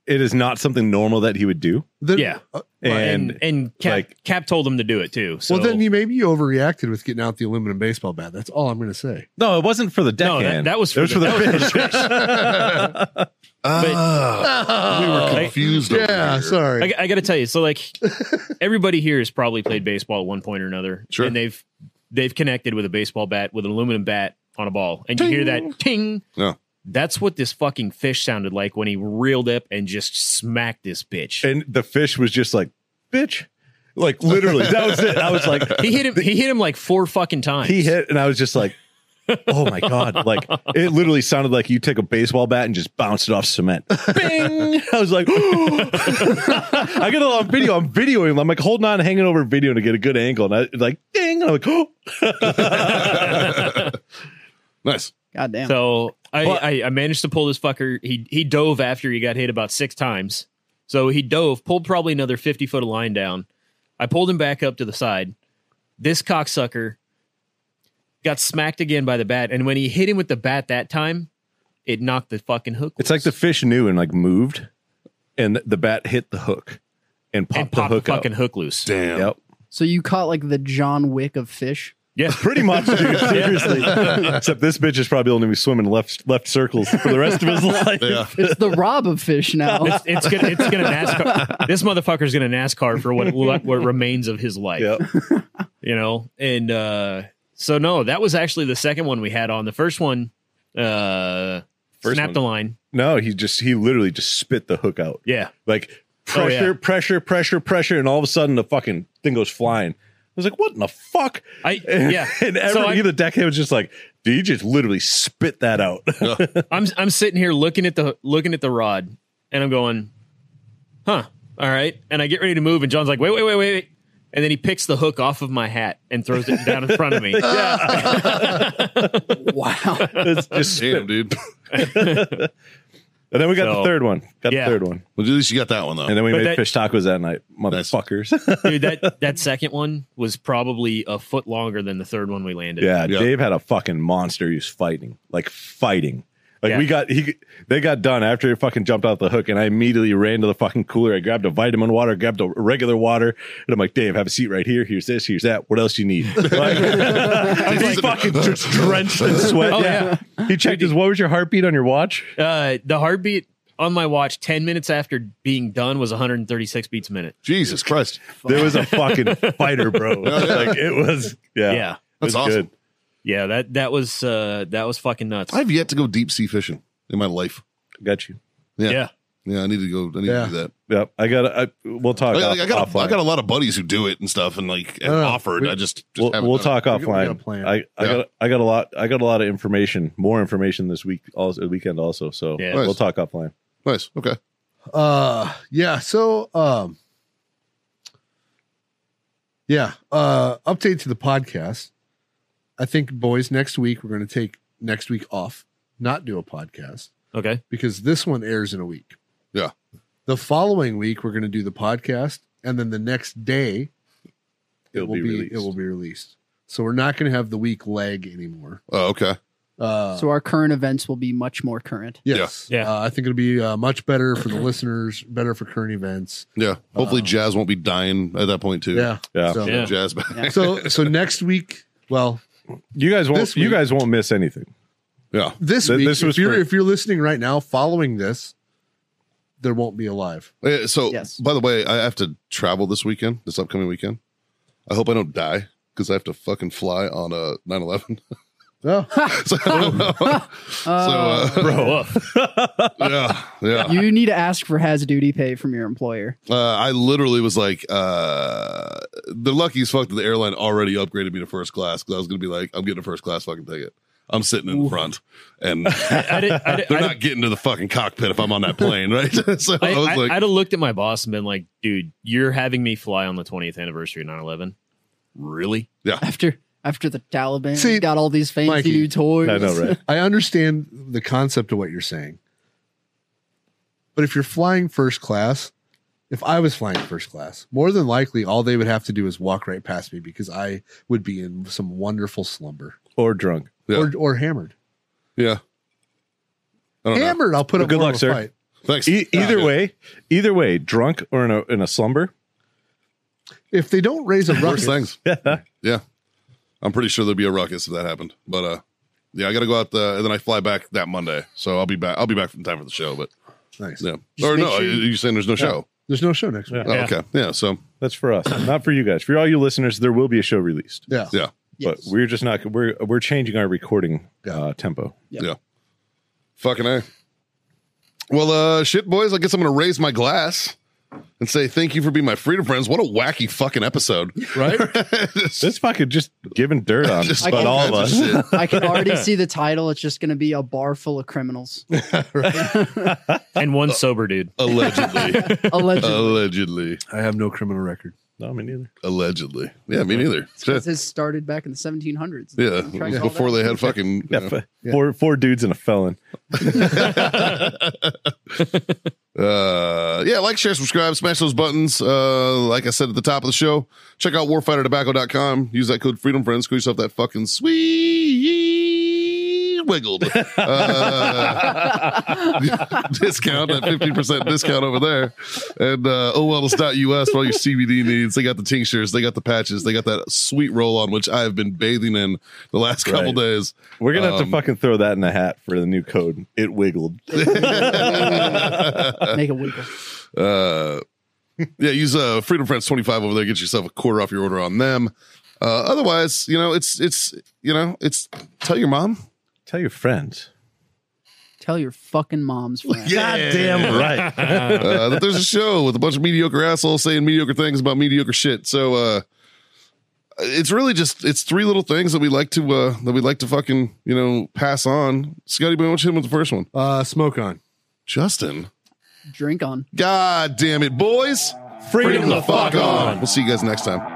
it is not something normal that he would do. Then, Yeah. uh, And, And and Cap, like- Cap told him to do it too. So well, then you maybe you overreacted with getting out the aluminum baseball bat. That's all I'm going to say. no, it wasn't for the no, deckhand. that, that was It for the, that was for the fish. Ah, we were Like- confused. over Yeah, here. sorry. Oh. I, I got to tell you, so like everybody here has probably played baseball at one point or another, Sure. and they've they've connected with a baseball bat with an aluminum bat on a ball, and you hear that ting. Yeah. That's what this fucking fish sounded like when he reeled up and just smacked this bitch. and the fish was just like, bitch. Like literally, that was it. I was like, He hit him. He hit him like four fucking times. he hit, and I was just like, oh my god! Like it literally sounded like you take a baseball bat and just bounce it off cement. Bing! I was like, I got it on video. I'm videoing. I'm like holding on, hanging over video to get a good angle, and I like ding, and I'm like, oh. Nice. God damn. So I, Well- I I managed to pull this fucker. He he dove after he got hit about six times. So he dove, pulled probably another fifty foot of line down. I pulled him back up to the side. This cocksucker got smacked again by the bat, and when he hit him with the bat that time, it knocked the fucking hook. It's like the fish knew and like moved, and the bat hit the hook and and popped popped the the, hook fucking up. hook loose. Damn. Yep. So you caught like the John Wick of fish. Yeah, Pretty much, dude. Seriously. Except this bitch is probably only gonna be swimming left left circles for the rest of his life. Yeah. It's the Rob of fish now. it's, it's gonna it's gonna NASCAR. this motherfucker's gonna NASCAR for what what, what remains of his life. Yep. you know and uh so no that was actually the second one we had on the first one uh First snapped one. the line No, he just he literally just spit the hook out. yeah Oh, Like pressure, yeah. pressure, pressure, pressure, and all of a sudden the fucking thing goes flying. I was like, what in the fuck? i And, yeah and every, so I, the deckhand was just like, dude, you just literally spit that out. i'm i'm sitting here looking at the looking at the rod and i'm going huh all right and i get ready to move and john's like wait wait wait wait wait and then he picks the hook off of my hat and throws it down in front of me wow. It's just spit. Damn, dude. And then we got the So- third one. Got Yeah. the third one. Well, at least you got that one though. And then we But made that- fish tacos that night. Motherfuckers. dude that that second one was probably a foot longer than the third one we landed yeah, Yeah. Dave had a fucking monster he was fighting. Like fighting. Like Yeah. we got he they got done after he fucking jumped off the hook and I immediately ran to the fucking cooler. I grabbed a vitamin water, grabbed a regular water, and I'm like, Dave, have a seat right here. Here's this, here's that. What else you need? Like, I'm just fucking just drenched in sweat. Oh, yeah. He checked his what was your heartbeat on your watch? uh the heartbeat on my watch 10 minutes after being done was 136 beats a minute Jesus Christ. There was a fucking fighter, bro. Like it was yeah. Yeah. It That's was awesome. good. Yeah, that that was uh that was fucking nuts. I've yet to go deep sea fishing in my life. Got you. Yeah. yeah. Yeah, I need to go. I need Yeah. to do that. Yep. I got. I we'll talk. Like, off, like, I got a, offline. I got a lot of buddies who do it and stuff, and like and No, no, offered. we- I just, just we'll, haven't we'll done it. talk We got- we got a offline. plan. I, I Yeah. got I got a lot I got a lot of information, more information this week also the weekend also. So Yeah. we'll Nice. talk offline. Nice. Okay. uh yeah so um yeah uh update to the podcast i think boys next week we're going to take next week off not do a podcast Okay. because this one airs in a week Yeah. the following week we're going to do the podcast and then the next day it It'll will be be, released. it will be released so we're not going to have the week lag anymore Oh, okay. uh so our current events will be much more current. yes Yeah. Yeah. Uh, i think it'll be uh, much better for the listeners better for current events Yeah. Hopefully, Um, Jazz won't be dying at that point too. yeah Yeah. So- Yeah. Jazz back. Yeah. so so next week well You guys won't This you week- guys won't miss anything. Yeah. this Th- week this was if you're free. if you're listening right now following this there won't be a live Uh, So, Yes. by the way, I have to travel this weekend, this upcoming weekend. I hope I don't die because I have to fucking fly on a 9 11. oh so, I don't know. so Uh, uh, Bro, uh, yeah, uh, yeah. you need to ask for has duty pay from your employer. Uh, I literally was like, uh, they're lucky as fuck that the airline already upgraded me to first class because I was going to be like, I'm getting a first class fucking ticket. I'm sitting in the front and they're I, did, I, did, I, not getting to the fucking cockpit if I'm on that plane, right? so I, I, was I, like, I'd have looked at my boss and been like, dude, you're having me fly on the 20th anniversary of 9 11. Really? After after the Taliban See, got all these fancy Mikey, new toys. I know, right? i understand the concept of what you're saying but if you're flying first class if i was flying first class more than likely all they would have to do is walk right past me because i would be in some wonderful slumber Or drunk. Yeah. or, or hammered yeah. I don't know. hammered i'll put Well, up good more luck, of a sir. fight Thanks. E- either Yeah. way, either way, drunk or in a in a slumber. if they don't raise a ruckus Worst things. yeah. I'm pretty sure there'd be a ruckus if that happened. But uh yeah, I gotta go out the and then I fly back that Monday. So I'll be back I'll be back in time for the show, but nice yeah. Just or make no, sure you- you- you're saying there's no show. there's no show next week Yeah. Oh, okay. Yeah. So That's for us, not for you guys. For all you listeners, there will be a show released. yeah yeah. But we're just not we're we're changing our recording uh, tempo. Fucking A. Well, uh shit boys, I guess I'm gonna raise my glass and say thank you for being my freedom friends. What a wacky fucking episode. right This fucking just giving dirt on Just about all all of kinds us. shit. I can already see the title. It's just going to be a bar full of criminals, And one sober dude. Allegedly. allegedly. Oh, Allegedly. i have no criminal record No, me neither. Allegedly. Yeah, me neither. Shit. This started back in the 1700s. Yeah. Trying It was all before that. they had fucking Yeah, f- Four four dudes and a felon. Uh, yeah, like, share, subscribe, smash those buttons. Uh, like I said at the top of the show, check out warfightertobacco.com. Use that code Freedom Friends. Squeeze yourself that fucking sweet wiggled uh, discount, that 15% discount over there. And uh, owellness.us for all your CBD needs. They got the tinctures, they got the patches, they got that sweet roll on, which I have been bathing in the last couple Right. days. We're gonna have Um, to fucking throw that in the hat for the new code. It wiggled. Make it wiggle. uh yeah use uh freedom friends 25 over there get yourself a quarter off your order on them uh otherwise you know it's it's you know it's tell your mom Tell your friends. Tell your fucking mom's friend. Damn right. uh, that there's a show with a bunch of mediocre assholes saying mediocre things about mediocre shit so uh it's really just it's three little things that we like to uh that we like to fucking you know pass on scotty but what's him with the first one uh smoke on justin Drink on. god damn it boys freedom, the fuck on we'll see you guys next time